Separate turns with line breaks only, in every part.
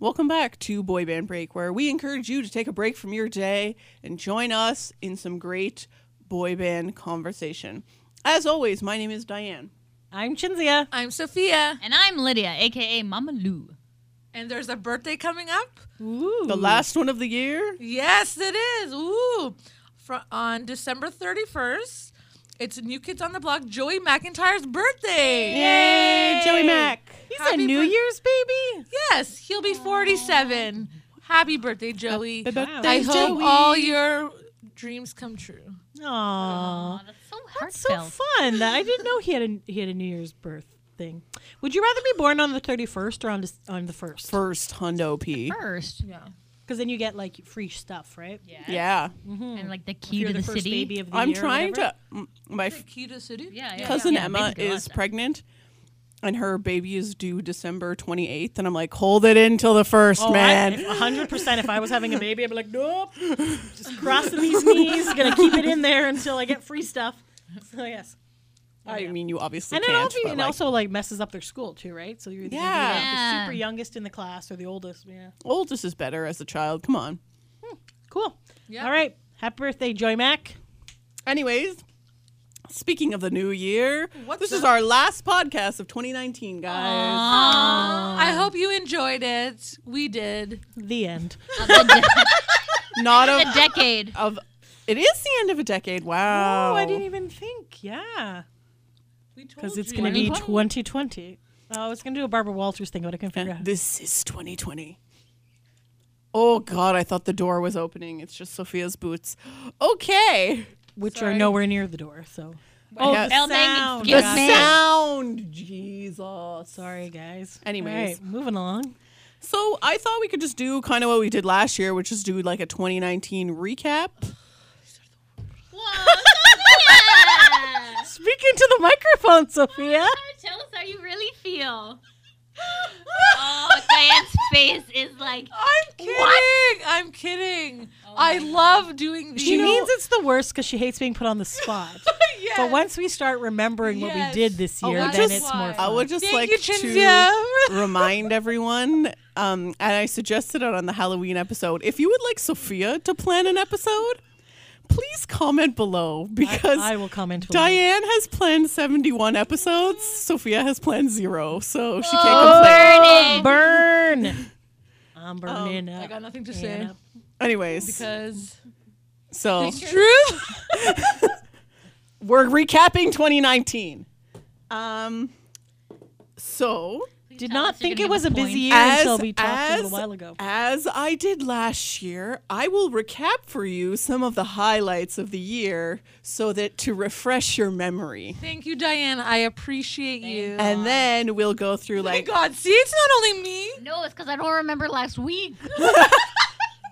Welcome back to Boy Band Break, where we encourage you to take a break from your day and join us in some great boy band conversation. As always, my name is Diane.
I'm Chinzia.
I'm Sophia,
And I'm Lydia, aka Mama Lou.
and there's a birthday coming up.
Ooh.
The last one of the year.
Yes, it is. Ooh, Fro- on December 31st, it's New Kids on the Block Joey McIntyre's birthday.
Yay, Joey Mac.
He's a
Happy
New
birth-
Year's baby.
Yes, he'll be 47. Happy birthday, Joey!
birthday,
I hope
Joey.
all your dreams come true.
Aww.
that's so
That's so fun. I didn't know he had a he had a New Year's birth thing. Would you rather be born on the 31st or on the, on the 1st?
First Hundo P.
First,
Yeah.
Because then you get like free stuff, right?
yeah.
Yeah.
and like the key
You're
to
the,
the,
first
city.
baby of the
I'm
year or
trying
whatever.
to. m- My f-
Key to city.
Yeah, yeah.
cousin
yeah,
Emma
basically a lot
is
of that.
pregnant. And her baby is due December 28th. And I'm like, hold it in till the first,
Oh,
man.
I, 100%. If I was having a baby, I'd be like, nope. Just crossing these knees. Gonna keep it in there until I get free stuff. So, yes.
I mean, you obviously
and it
can't.
also,
but,
and
like,
also like messes up their school too, right? So you're either gonna be,
Yeah.
like,
Yeah.
the super youngest in the class or the oldest. Yeah,
oldest is better as a child. Come on.
cool.
Yeah.
All right, happy birthday, Joy Mac.
Anyways, speaking of the new year,
What's
this is
up?
our last podcast of 2019, guys.
I hope you enjoyed it. We did.
The end.
Of the,
Not
de- the
of,
decade.
of. It is the end of a decade. Wow.
Oh, I didn't even think. Yeah,
We told
because it's
you.
gonna be
2020.
2020. Oh, I was gonna do a Barbara Walters thing, but I couldn't figure out.
This is 2020. Oh God, I thought the door was opening. It's just Sophia's boots. Okay.
which are
sorry.
nowhere near the door. So,
Oh,
the
El
Mangan,
sound.
The
excuse
guys.
me.
sound. Jesus.
Sorry, guys.
Anyways.
All right, moving along.
So I thought we could just do kind of what we did last year, which is do like a 2019 recap.
Whoa, Sophia!
Speaking to the microphone, Sophia.
Tell us how you really feel. Oh, Diane's face is like.
I'm kidding. I'm kidding. I love doing these.
She means it's the worst because she hates being put on the spot.
Yes.
But once we start remembering what
Yes.
we did this
I
year,
would
then
just-
it's more
I
fun.
I would just
Thank
like
you,
to
Chinzia.
remind everyone, um, and I suggested it on the Halloween episode. If you would like Sophia to plan an episode, please comment below because
I will comment. below.
Diane has planned 71 episodes. Sophia has planned zero, so she can't complain.
Oh, burn. I'm burning up.
I got nothing to
and
say
up.
Anyways,
because
so
it's true.
we're recapping 2019. Um, so
Did
Tell
not
us you're gonna
think it
give
was
us
a busy
points.
year until we talked a little while ago.
As I did last year, I will recap for you some of the highlights of the year so that to refresh your memory.
Thank you, Diane. I appreciate you.
And then we'll go through like
Thank God. See, it's not only me.
No, it's because I don't remember last week.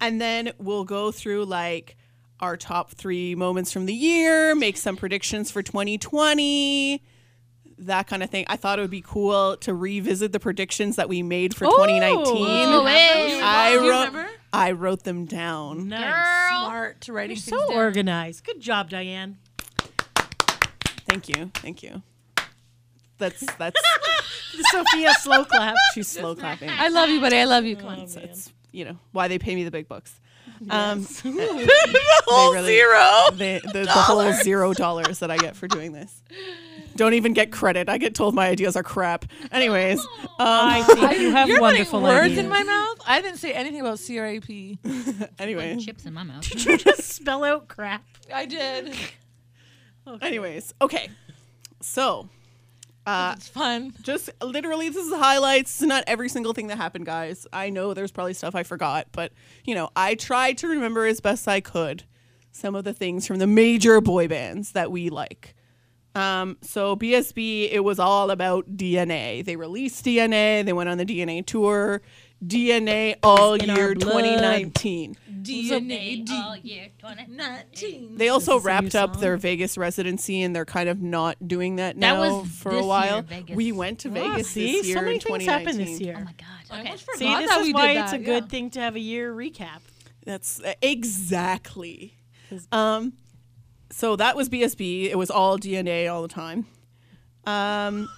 and then we'll go through like our top 3 moments from the year, make some predictions for 2020. That kind of thing. I thought it would be cool to revisit the predictions that we made for 2019.
Oh, hey.
I
Do you
wrote
remember?
I wrote them down.
Nice.
Smart writing.
So
things down.
organized. Good job, Diane.
Thank you. Thank you. That's that's
Sophia slow clap.
she's slow clapping.
I love you, buddy. I love
Oh,
you. Come on.
So it's you know why they pay me the big bucks. Um,
the
whole zero, they, the, the whole zero dollars that I get for doing this. Don't even get credit. I get told my ideas are crap. Anyways, um,
I think you have
You're
wonderful
putting words
ideas.
in my mouth. I didn't say anything about CRAP.
anyway,
Chips in my mouth.
you just spell out crap.
I did.
anyways, okay. So, uh,
It's fun.
just literally, this is the highlights. Not every single thing that happened, guys. I know there's probably stuff I forgot, but you know, I tried to remember as best I could some of the things from the major boy bands that we like. Um, so BSB, it was all about DNA. They released DNA. They went on the DNA tour. DNA all
in our
year
blood. Mm-hmm.
2019.
DNA.
all year 2019.
19.
They also
this a new
wrapped up
song?
their Vegas residency, and they're kind of not doing that
That
now
was
for
this
a
year,
while.
Vegas.
We went to
Ah,
Vegas
see,
this year.
so many
in
things happened this
2019.
year.
Oh my god.
I
Okay.
almost forgot
See, this
that
is
we
why
did
it's
that.
a good
yeah.
thing to have a year recap.
That's e, exactly. Um, so that was BSB. It was all DNA all the time. Um,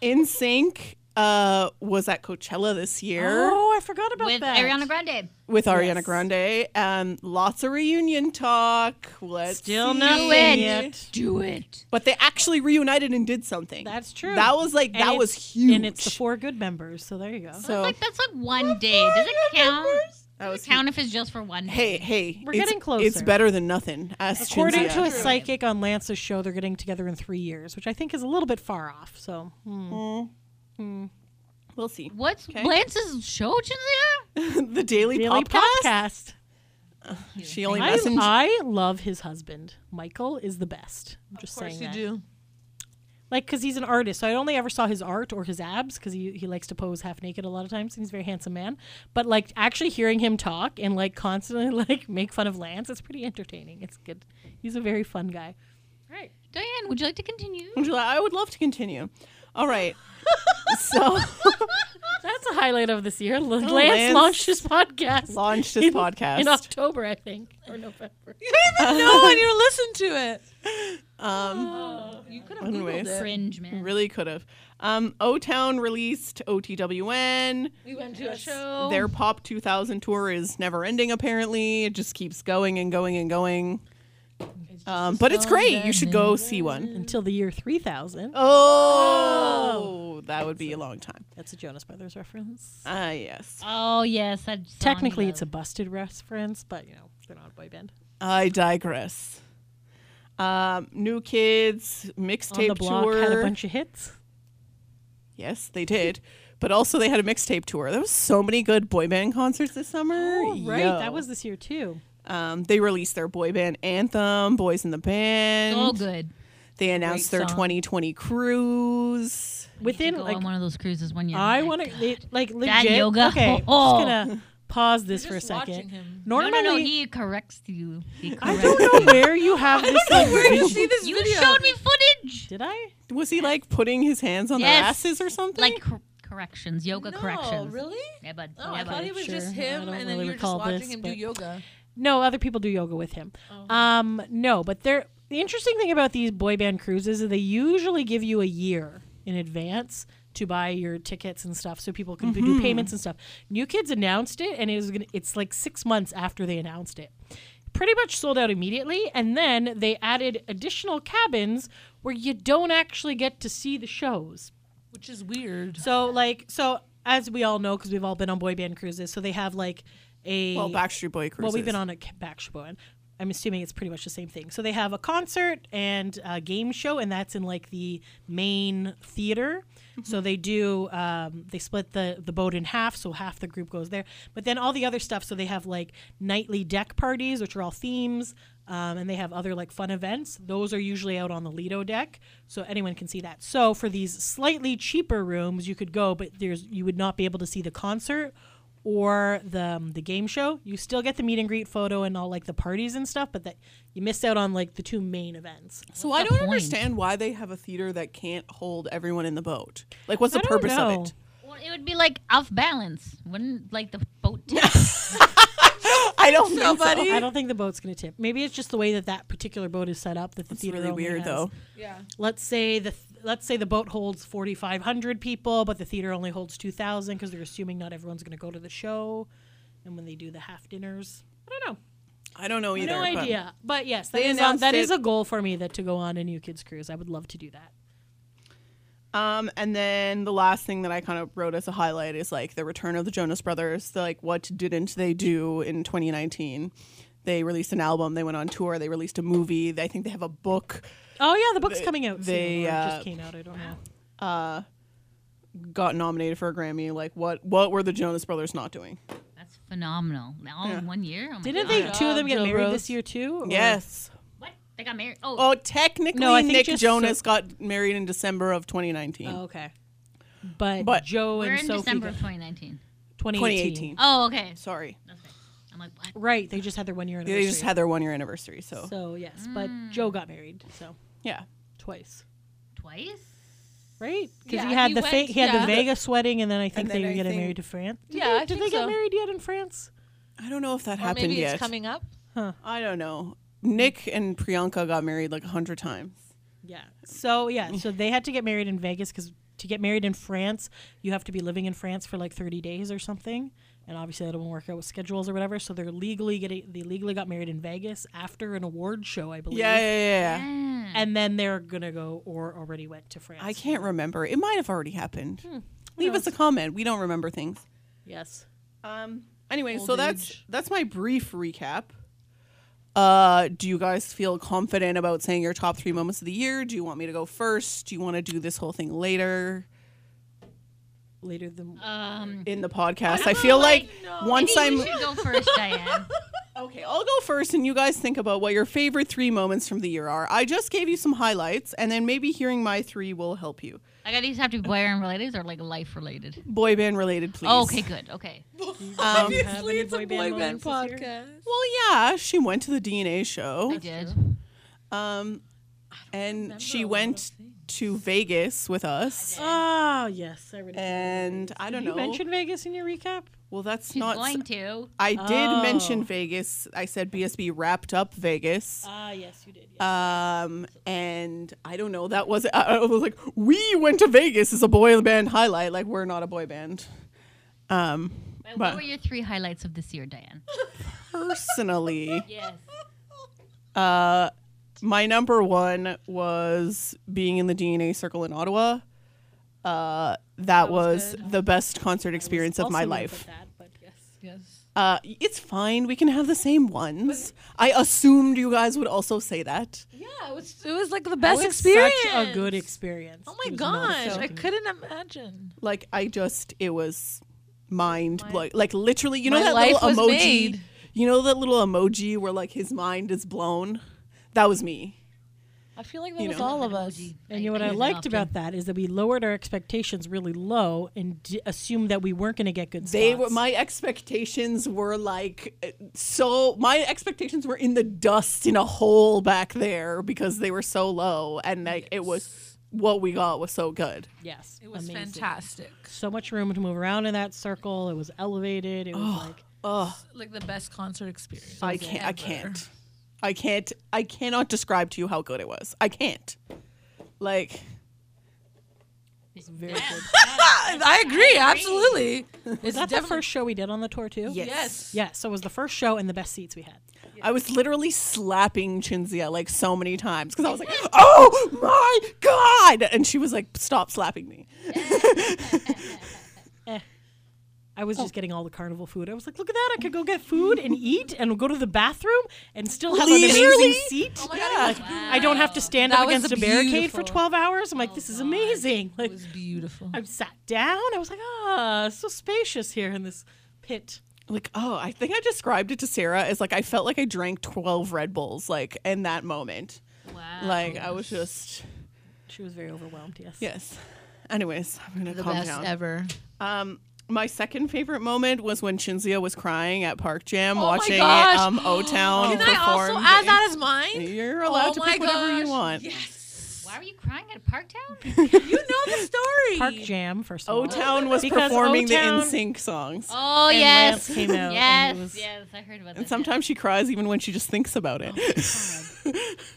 In Sync uh, was at Coachella this year
Oh, I forgot about
with
that.
Ariana Grande.
with Ariana
yes.
Grande. Um, lots of reunion talk. Let's
Still
see.
nothing
it.
yet.
Do it.
But they actually reunited and did something.
That's true.
That was like
And
that
it's-
was huge.
And it's the four good members, so there you go.
so
like that's like one day. Does it count?
That
Does
was
it count if it's just for one day?
hey, hey,
We're
it's-
getting closer.
It's better than nothing. As
According
Shinzia.
to a psychic on Lance's show, they're getting together in three years, which I think is a little bit far off. So hmm.
we'll see
What's
Okay.
Lance's show, Chinzia?
the Daily,
daily
Podcast.
podcast.
She only
I,
messaged.
I love his husband. Michael is the best. I'm just
Of course
saying
you
that.
do.
Like, because he's an artist, so I only ever saw his art or his abs because he, he likes to pose half naked a lot of times. And he's a very handsome man. But like, actually hearing him talk and like constantly like make fun of Lance, it's pretty entertaining. It's good. He's a very fun guy.
Right. Diane, would you like to continue?
I'm just like, I would love to continue. All right. so
That's a highlight of this year. L- Oh, Lance,
Lance
launched his podcast.
launched his
in-
podcast.
in October, I think, or November.
You don't even know and you listen to it. Oh,
um,
You could have
anyways,
Googled it.
Fringe, man.
really could have. Um, O Town released OTWN.
We went to a
Oh.
show.
Their Pop 2000 tour is never ending. Apparently, it just keeps going and going and going. Um, but it's great. You should go see one.
Until the year 3000.
Oh, that would be a long time.
That's a Jonas Brothers reference.
Ah, yes.
Oh yes, that song
Technically,
you
it's a busted reference, but you know, they're not a boy band.
I digress. Um, New Kids
On the
mixtape
block had a
tour.
bunch of hits.
Yes, they did. But also, they had a mixtape tour. There was so many good boy band concerts this summer.
Oh, right.
Yo.
That was this year too.
Um, they released their boy band anthem, Boys in the Band.
so good.
They announced their
song.
2020 cruise.
Within
to go
like
on one of those cruises one year.
I
My
want
God.
to like legit.
That yoga,
Okay,
oh.
I'm just gonna pause this
You're
for a
just watching
second.
him.
No,
Normally,
no, no. He corrects you. He
I
corrects.
don't know where you have this. like,
You
vision.
see this
you
video?
showed me footage.
Did I?
Was he like putting his hands on their
Yes.
asses or something?
Like cor- corrections, yoga
no,
corrections.
really?
Yeah, bud.
Oh,
yeah,
I
bud.
thought it was
Sure.
just
I
him,
don't
and then
really
you were just
recall
watching
this,
him do
but-
yoga.
No, other people do yoga with him. Um, no, but they're the interesting thing about these boy band cruises is they usually give you a year in advance to buy your tickets and stuff, so people can do payments and stuff. New Kids announced it, and it was gonna, it's like six months after they announced it. Pretty much sold out immediately, and then they added additional cabins where you don't actually get to see the shows.
Which is weird.
So, like, so as we all know, because we've all been on boy band cruises, so they have like a
well, Oh, Backstreet Boy cruises.
well, we've been on a k- Backstreet Boy. and I'm assuming it's pretty much the same thing. So they have a concert and a game show, and that's in like the main theater. So they do um, they split the the boat in half, so half the group goes there. But then all the other stuff. So they have like nightly deck parties, which are all themes, um, and they have other like fun events. Those are usually out on the Lido deck, so anyone can see that. So for these slightly cheaper rooms, you could go, but there's you would not be able to see the concert or the um, the game show, you still get the meet and greet photo and all like the parties and stuff, but that you miss out on like the two main events.
So I
the
don't
point?
understand why they have a theater that can't hold everyone in the boat. Like, what's the
I don't
purpose
know.
of it?
Well, it would be like off balance. Wouldn't like the boat tip?
I don't know,
Nobody.
I don't think the boat's gonna tip. Maybe it's just the way that that particular boat is set up. That the
It's
theater
really
only
weird,
has-
though.
Yeah.
Let's say the th- let's say the boat holds forty five hundred people, but the theater only holds two thousand because they're assuming not everyone's gonna go to the show, and when they do the half dinners, I don't know.
I don't know either.
no
but-
idea. But yes, that
They
is on,
announced
that
it-
is a goal for me that to go on a new kids cruise. I would love to do that.
Um, and then the last thing that I kind of wrote as a highlight is like the return of the Jonas Brothers. The, like, what didn't they do in 2019? They released an album. They went on tour. They released a movie. I think they have a book.
Oh yeah, the book's
They-
coming out. soon,
they,
or it
uh,
just came out. I don't know.
Got nominated for a Grammy. Like, what? What were the Jonas Brothers not doing?
That's phenomenal. All in one year. Oh my God.
Didn't they two of them get
Jill
married
Rose.
this year too? or-
Yes.
What? They got married. Oh,
Oh, technically,
No, I think
Nick
just
Jonas
so-
got married in December of 2019.
Oh, okay. But,
But-
Joe
we're
and
in
Sophie
December
got-
of 2019.
2018.
2018.
Oh, okay.
Sorry,
That's right. I'm like, what?
Right, they just had their one year anniversary.
they just had their one year anniversary. So,
So yes, but Joe got married so
yeah,
twice.
Twice?
Right? Because
Yeah,
he had
he
the
went-
fa- he had
yeah.
the Vegas wedding, and then I think
And then
they were
I
getting
think-
married to France. Did
Yeah,
they,
I
did
think
they get
so.
married yet in France?
I don't know if that
Or
happened
maybe
yet.
it's coming up.
I don't know. Nick and Priyanka got married like a hundred times.
Yeah. So yeah, so they had to get married in Vegas because to get married in France, you have to be living in France for like 30 days or something. And obviously that won't work out with schedules or whatever. So they're legally getting they legally got married in Vegas after an award show, I believe.
Yeah, yeah, yeah, yeah.
And then they're gonna go or already went to France.
I can't remember. It might have already happened. Leave us a comment. We don't remember things.
Yes.
Um. Anyway,
Old
so that's
age.
that's my brief recap. Uh, do you guys feel confident about saying your top three moments of the year? Do you want me to go first? Do you want to do this whole thing later
Later than
Um,
in the podcast? I feel like once
I
I'm
think you should go first, Diane.
okay, I'll go first, and you guys think about what your favorite three moments from the year are. I just gave you some highlights, and then maybe hearing my three will help you.
Like, are these have to be boy band related or like life related?
Boy band related, please.
Oh, okay, good. Okay.
have any
Obviously, it's
boy
a
band
boy band
moments this
podcast.
Well, yeah, she went to the DNA show.
I did.
Um, and she
a lot of
went to Vegas with us.
Oh yes, I already
And I don't
you
know.
mentioned Vegas in your recap?
well, that's
She's
not.
going to.
I did
Oh.
mention Vegas. I said BSB wrapped up Vegas.
Ah yes, you did. yes.
Um, and I don't know. That was I, I was like, we went to Vegas as a boy band highlight. Like we're not a boy band. Um,
But
But-
what were your three highlights of this year, Diane?
personally,
Yes.
uh, my number one was being in the DNA circle in Ottawa. Uh, that, was,
was
the best concert experience of
Also
my
gonna
life.
put that, but yes.
Yes.
Uh, it's fine. We can have the same ones. I assumed you guys would also say that.
Yeah, it was. It was like the best
That was
experience.
Such a good experience.
Oh my
It was not
gosh, I
something-
couldn't imagine.
Like I just, it was mind blowing. Like literally, you know
My
that
life
little
was
emoji.
made.
You know that little emoji where like his mind is blown. That was me.
I feel like that
You
was
know.
all of us.
And you know what I
use it
liked
often.
about that is that we lowered our expectations really low and d- assumed that we weren't going to get good.
They
spots.
were my expectations were like uh, so. My expectations were in the dust in a hole back there because they were so low, and like it was what we got was so good.
yes.
It was
amazing.
fantastic.
So much room to move around in that circle. It was elevated. It was like
Oh,
Like the best concert experience.
I can't. I
ever.
can't. I can't. I cannot describe to you how good it was. I can't. Like
very good.
I, I agree. Absolutely.
Was that the first show we did on the tour too?
yes.
Yes.
Yeah. So it was the first show and the best seats we had.
I was literally slapping Chinzia like so many times because I was like, "Oh my god!" And she was like, "Stop slapping me."
I was just getting all the carnival food. I was like, look at that! I could go get food and eat, and go to the bathroom, and still have an
Leisurely?
amazing seat.
Oh my God, it was
I don't have to stand
That
up
was
against a barricade for
beautiful.
12 hours. I'm
Oh,
like, this is amazing. Like,
It was beautiful.
I sat down. I was like, ah, it's so spacious here in this pit.
Like, oh, I think I described it to Sarah as like I felt like I drank twelve Red Bulls like in that moment.
Wow.
Like I was just
She was very overwhelmed. Yes.
yes. Anyways, I'm gonna
the
calm
best
down.
ever.
Um, my second favorite moment was when Chinzia was crying at Park Jam
Oh my
watching
gosh.
um O Town
Can
perform.
I also add that as mine?
You're allowed
oh
to
my
pick whatever you
gosh,
want.
Yes.
Why were you crying at Parktown?
You know the story.
Park Jam, first of all.
O Town was
Because
performing
O-Town-
the NSYNC songs.
Oh
And
yes,
Lance came out
yes,
and it was-
yes. I heard about that.
And sometimes she cries even when she just thinks about it.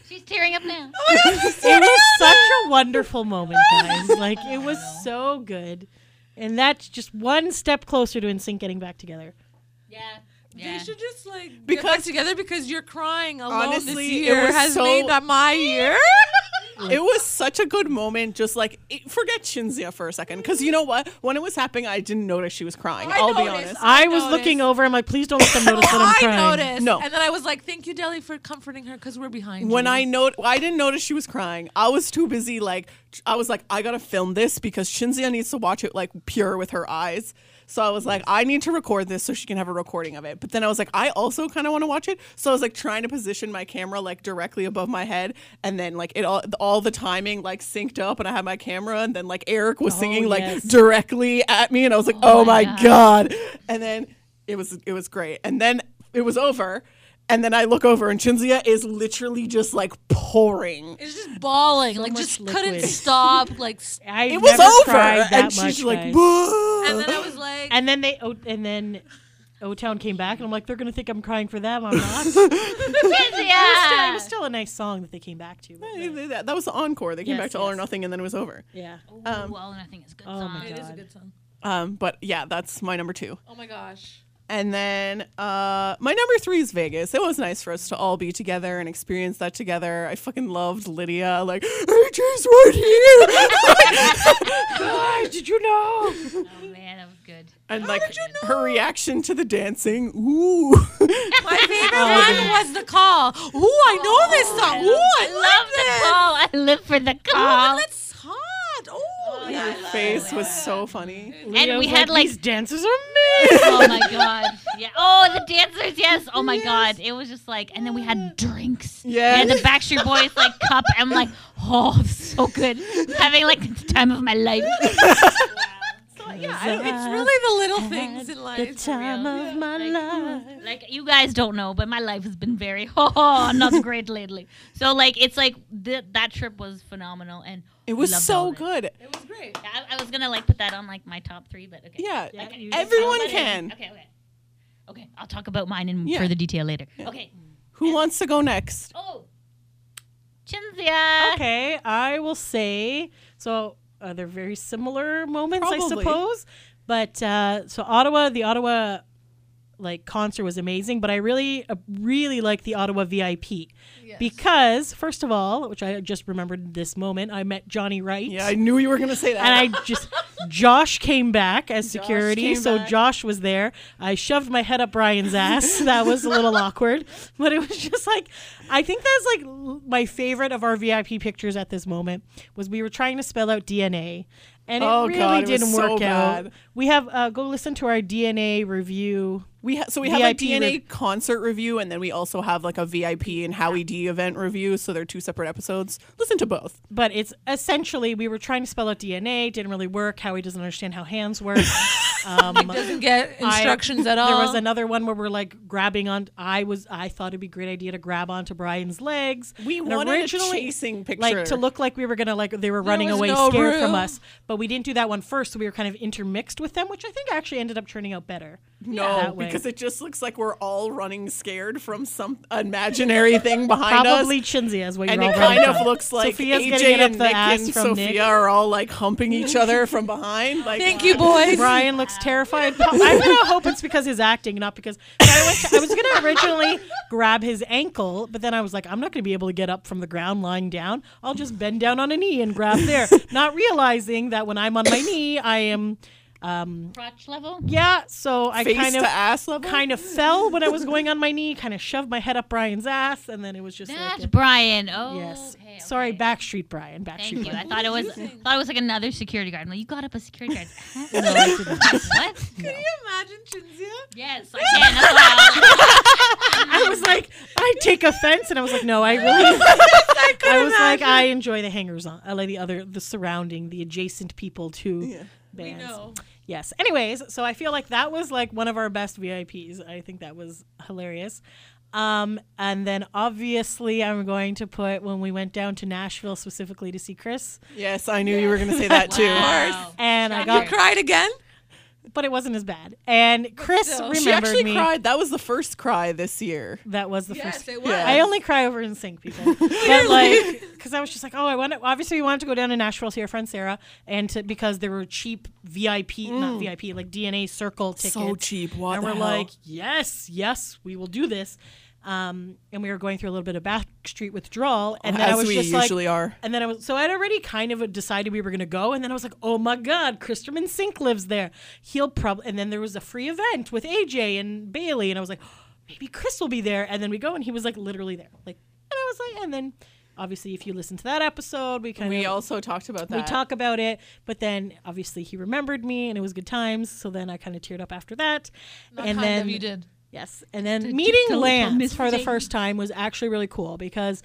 she's tearing up now.
it was such a wonderful moment, guys. Like, it was so good. And that's just one step closer to NSYNC getting back together.
yeah,
They
yeah.
should just like get
Because-
back together because you're crying alone this
Honestly, it
year
was
has
so-
made that my year.
it was such a good moment. Just like it, forget Shinzia for a second, because you know what? When it was happening, I didn't notice she was crying.
I
I'll be
noticed.
honest.
I,
I
was
noticed.
looking over. I'm like, please don't let them notice that I'm
Oh, I
crying.
noticed.
No.
And then I was like, thank you, Deli, for comforting her because we're behind
When
you.
I know I didn't notice she was crying. I was too busy. Like I was like, I gotta film this because Shinzia needs to watch it like pure with her eyes. So I was like, I need to record this so she can have a recording of it. But then I was like, I also kind of want to watch it. So I was like trying to position my camera like directly above my head, and then like it all all the timing like synced up, and I had my camera, and then like Eric was
Oh,
singing like
yes.
directly at me, and I was like, oh, my
my
god. And then it was it was great. And then it was over. And then I look over and Chinzia is literally just like pouring.
It's just bawling, like
much
just couldn't
liquid.
stop, like. s-
I've
It was
never
over.
cried that
And
much,
she's like,
guys.
"Boo."
And then I was like,
And then they, oh, and then O Town came back, and I'm like, they're gonna think I'm crying for them. I'm not. it, was still, it was still a nice song that they came back to. but, uh,
That, that was the encore. They came
Yes,
back to All or
yes.
Nothing and then it was over.
yeah.
Ooh,
Um,
all or nothing is a good
oh
song.
my
It is a
God.
good song.
Um, but yeah, that's my number two.
Oh my gosh.
And then uh, my number three is Vegas. It was nice for us to all be together and experience that together. I fucking loved Lydia. Like, hey, she's right here.
God, did you know?
Oh man, that was good.
and like her reaction to the dancing. Ooh.
My favorite one was the call. Ooh, I know this song. Ooh, I, love this.
I love the call. I live for the
Oh,
call.
that's hot. Ooh,
yeah,
Her
I love
face was so funny.
And we had like
these dancers are amazing.
Oh my god. Yeah. Oh, the dancers. Yes. Oh my god. It was just like, and then we had drinks.
Yes.
And the Backstreet Boys like cup. I'm like, oh, so good. Having like the time of my life.
yeah, I- it's really the little things in
the
life.
time
real.
of my
Like,
life.
Like you guys don't know, but my life has been very oh, not great lately. So like, it's like th- that trip was phenomenal, and
It was
loved all
so
of it.
good.
It was great.
I, I was gonna like put that on like my top three, but okay.
Yeah,
Yeah,
like,
you just
everyone
But anyway,
can.
Okay. Okay. Okay. I'll talk about mine in
Yeah.
further detail later. Okay.
Mm.
Who wants to go next?
Oh. Chinzia.
okay, I will say so. Uh, they're very similar moments, I
Probably.
suppose. But uh, so Ottawa, the Ottawa like concert was amazing. But I really, uh, really like the Ottawa VIP because first of all, which I just remembered this moment, I met Johnny Wright.
Yeah, I knew you were gonna say that.
and I just Josh came back as security,
came
so
back.
Josh was there. I shoved my head up Brian's ass. that was a little awkward, but it was just like I think that's like l- my favorite of our VIP pictures at this moment was we were trying to spell out DNA. And it
Oh,
really
God, it was
didn't
so
work out.
bad.
We have uh, go listen to our DNA review.
we ha- so we have like
VIP
DNA
rev-
concert review, and then we also have like a VIP and Howie D event review. So they're two separate episodes. Listen to both.
but it's essentially we were trying to spell out DNA, didn't really work. Howie doesn't understand how hands work. um,
Didn't get
I-
instructions at all.
There was another one where we're like grabbing on. I was I thought it'd be a great idea to grab onto Brian's legs.
We
And
wanted a chasing picture.
like to look like we were gonna like they were running
was
away
no
scared from
room.
us, but we didn't do that one first. So we were kind of intermixed with them, which I think actually ended up turning out better.
No,
that way.
because it just looks like we're all running scared from some imaginary thing behind
Probably
us.
Chinzia is what
And
you're
it
all running
kind of
from.
looks like
Sophia's
AJ
getting it up
and
the
Nick
ass
and
from Nick.
Sophia are all like humping each other from behind. Like,
Thank you, boys.
Brian looks terrified. I'm gonna hope it's because his acting, not because I, went to- I was gonna originally grab his ankle, but then I was like, I'm not gonna be able to get up from the ground lying down. I'll just bend down on a knee and grab there, not realizing that when I'm on my knee, I am. um,
Crotch level.
Yeah, so I
Face
kind
to
of
ass level.
kind of fell when I was going on my knee, kind of shoved my head up Brian's ass, and then it was just
That's
like.
Brian. Oh.
Yes.
okay,
Sorry,
okay.
Backstreet Brian. Backstreet
Thank you.
Brian.
I thought it was thought it was like another security guard. I'm like, you got up a security guard.
No, I didn't.
what?
Can you imagine Chinzia?
Yes, I can. That's why
I was like, I take offense, and I was like, no, I really. I was like, I enjoy the hangers on, I like the other, the surrounding, the adjacent people to bands.
know.
Yes. Anyways, so I feel like that was like one of our best VIPs. I think that was hilarious. Um, and then obviously, I'm going to put when we went down to Nashville specifically to see Chris,
Yes, I knew you were going to say that
I'll-
too.
Wow.
and I
Shocker.
got,
Cried again?
but it wasn't as bad. And Chris
still.
remembered
She actually
me.
cried. That was the first cry this year.
That was the first.
it
was. Yeah.
I only cry over in sync people. but like, because I was just like, oh, I want to, obviously we wanted to go down to Nashville to see our friend Sarah and to, because there were cheap VIP, not VIP, like DNA circle tickets.
Mm. So cheap. What
and
the
we're
hell?
like, yes, yes, we will do this. Um, and we were going through a little bit of backstreet withdrawal. And then I
as
was
we
just like,
usually are.
and then I was so I'd already kind of decided we were gonna go, and then I was like, oh my god, Christopher Sink lives there. He'll probably. And then there was a free event with AJ and Bailey, and I was like, "Oh, maybe Chris will be there. And then we go, and he was like literally there, like, and I was like, and then obviously if you listen to that episode, we kind
We
of
also talked about that.
we talk about it, but then obviously he remembered me, and it was good times. So then I kind of teared up after that,
kind
and then
of you did.
Yes, and then meeting
digital
Lance for the
messaging.
first time was actually really cool because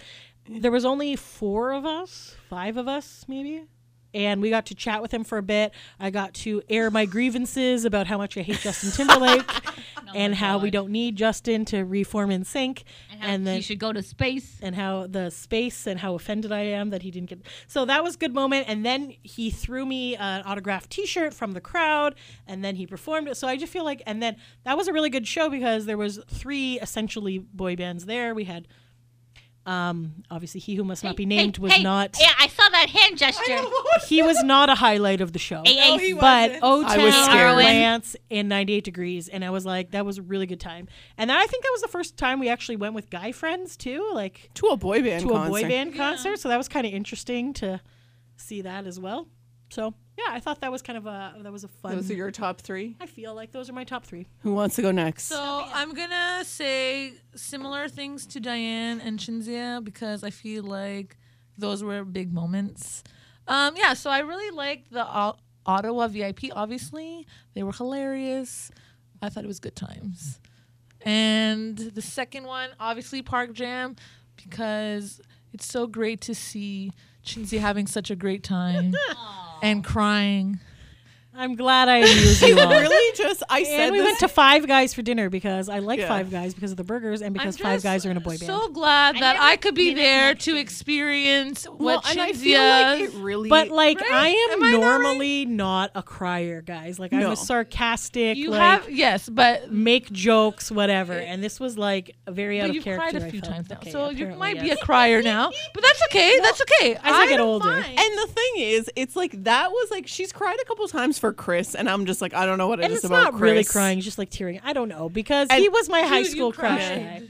there was only four of us, five of us maybe, and we got to chat with him for a bit. I got to air my grievances about how much I hate Justin Timberlake, and
Oh my
how we
God.
don't need Justin to reform in sync,
And,
and,
how
then
he should go to space.
and how the space and how offended I am that he didn't get. So that was a good moment. And then he threw me an autographed T-shirt from the crowd, and then he performed it. So I just feel like, and then that was a really good show because there was three essentially boy bands there. We had, um, obviously, he who must not be
Hey,
named was
hey,
not.
Yeah, I saw that hand gesture.
He was not a highlight of the show.
AA.
he
But
wasn't.
O
I was
Town,
scared.
Lance, and 98 Degrees. And I was like, that was a really good time. And then I think that was the first time we actually went with guy friends, too, like
to a boy band
to
concert.
a boy band concert. So that was kind of interesting to see that as well. So, yeah, I thought that was kind of a, that was a fun.
Those are your top three.
I feel like those are my top three.
Who wants to go next?
So I'm gonna say similar things to Diane and Shinzia because I feel like those were big moments. Um, yeah, so I really liked the O- Ottawa VIP. Obviously, they were hilarious. I thought it was good times. And the second one, obviously Park Jam, because it's so great to see Shinzia having such a great time and crying.
I'm glad I amused you all.
really, just I said
And we
this.
went to Five Guys for dinner because I like
Yeah.
Five Guys because of the burgers and
I'm
because Five
just
Guys are in a boy band.
So glad
I
that
never
I could be
made that
there
connection.
to experience what
well, and I feel like it
Shinzia's-
really.
But like
Right?
I am
Am I not right?
normally not a crier, guys. Like I'm
No.
a sarcastic,
you
like
have yes, but
make jokes, whatever. And this was like very out
but
of
you've
character.
cried a
I
few
felt.
times now,
Okay,
so you
apparently,
might be a
yes.
crier now. But that's okay. that's okay.
as I get
I'm
older.
fine.
and the thing is, it's like that was like she's cried a couple times for Chris, and I'm just like, I don't know what it
And
is
it's
about
not
Chris.
really crying, it's just like tearing. I don't know because
And
he was my high
you
school crush.
cried.
guy, and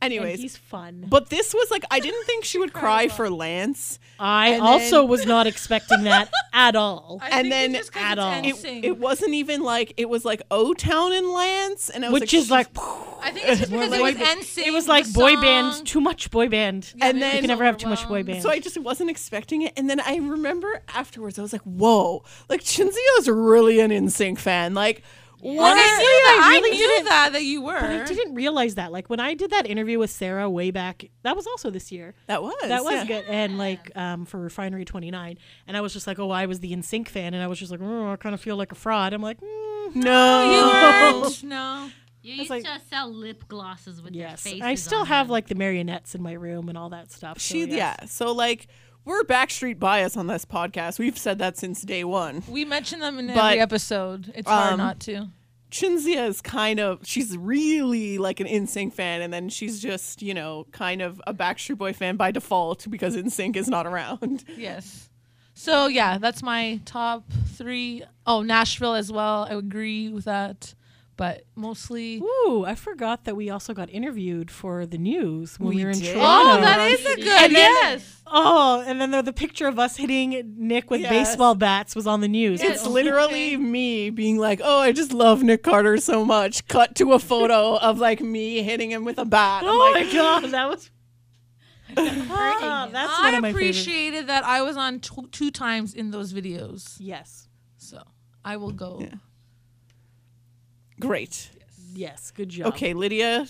Anyways,
he's fun.
but this was like I didn't think she would cry for Lance.
I
and
also
then-
was not expecting that at all.
I
and
think it's
then
just 'cause
at
it's
all.
end
It,
sync.
it wasn't even like it was like O Town and Lance, and I was
Which
like,
is like,
I think it's just
We're
because
like-
it was NSYNC.
it was like
the
boy
song.
bands, too much boy band.
Yeah,
And then-
maybe
you
it's
can never have too much boy band.
So I just wasn't expecting it, and then I remember afterwards, I was like, "Whoa!" Like Shinzio's really an NSYNC fan. Like,
Like,
what?
I knew
Honestly,
that.
I
I,
really
knew
didn't-
that that you were.
But I didn't realize that. Like when I did that interview with Sarah way back, that was also this year.
That was
That was
yeah.
good. And like um, for Refinery 29. And I was just like, oh, I was the NSYNC fan. And I was just like, oh, I kind of feel like a fraud. I'm like, mm,
No,
You weren't. No.
You used
like-
to sell lip glosses with
yes.
your face.
I still have like the marionettes in my room and all that stuff. So,
she
yes.
yeah. So like, we're backstreet bias on this podcast. We've said that since day one.
We mention them in
But,
every episode. It's hard
um,
not to.
Chinzia is kind of she's really like an NSYNC fan, and then she's just you know kind of a Backstreet Boy fan by default because NSYNC is not around.
Yes. So yeah, that's my top three. Oh, Nashville as well. I agree with that, but mostly.
Ooh, I forgot that we also got interviewed for the news when we,
We
were in
did.
Toronto.
Oh, that is a
City.
good
And
then-
yes.
Oh, and then the, the picture of us hitting Nick with
Yes.
baseball bats was on the news.
Yes.
It's literally me being like, "Oh, I just love Nick Carter so much." Cut to a photo of like me hitting him with a bat. I'm
Oh
like,
my god, that was. Ah, that's one
I
of my favorites.
appreciated that I was on tw- two times in those videos,
Yes,
so I will go.
Yeah. Great.
yes, good job.
Okay, Lydia.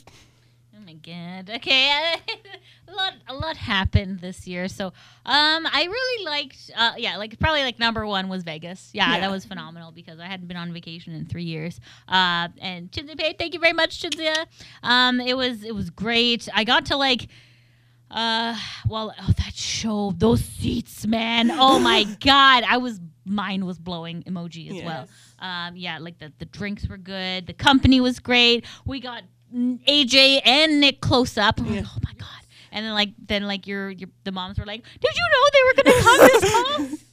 Oh my god. Okay, a lot a lot happened this year. So, um, I really liked. Uh, yeah, like probably like number one was Vegas. Yeah,
Yeah.
that was phenomenal because I hadn't been on vacation in three years. Uh, and Chinzia Pei, thank you very much, Chinzia. Um, it was it was great. I got to like. Uh, well, oh, that show, those seats, man. Oh my god, I was mine was blowing emoji as
Yeah.
well. Um, yeah, like the the drinks were good, the company was great. We got n- AJ and Nick close up. I'm like, oh my god! And then like then like your your the moms were like, did you know they were gonna come this month?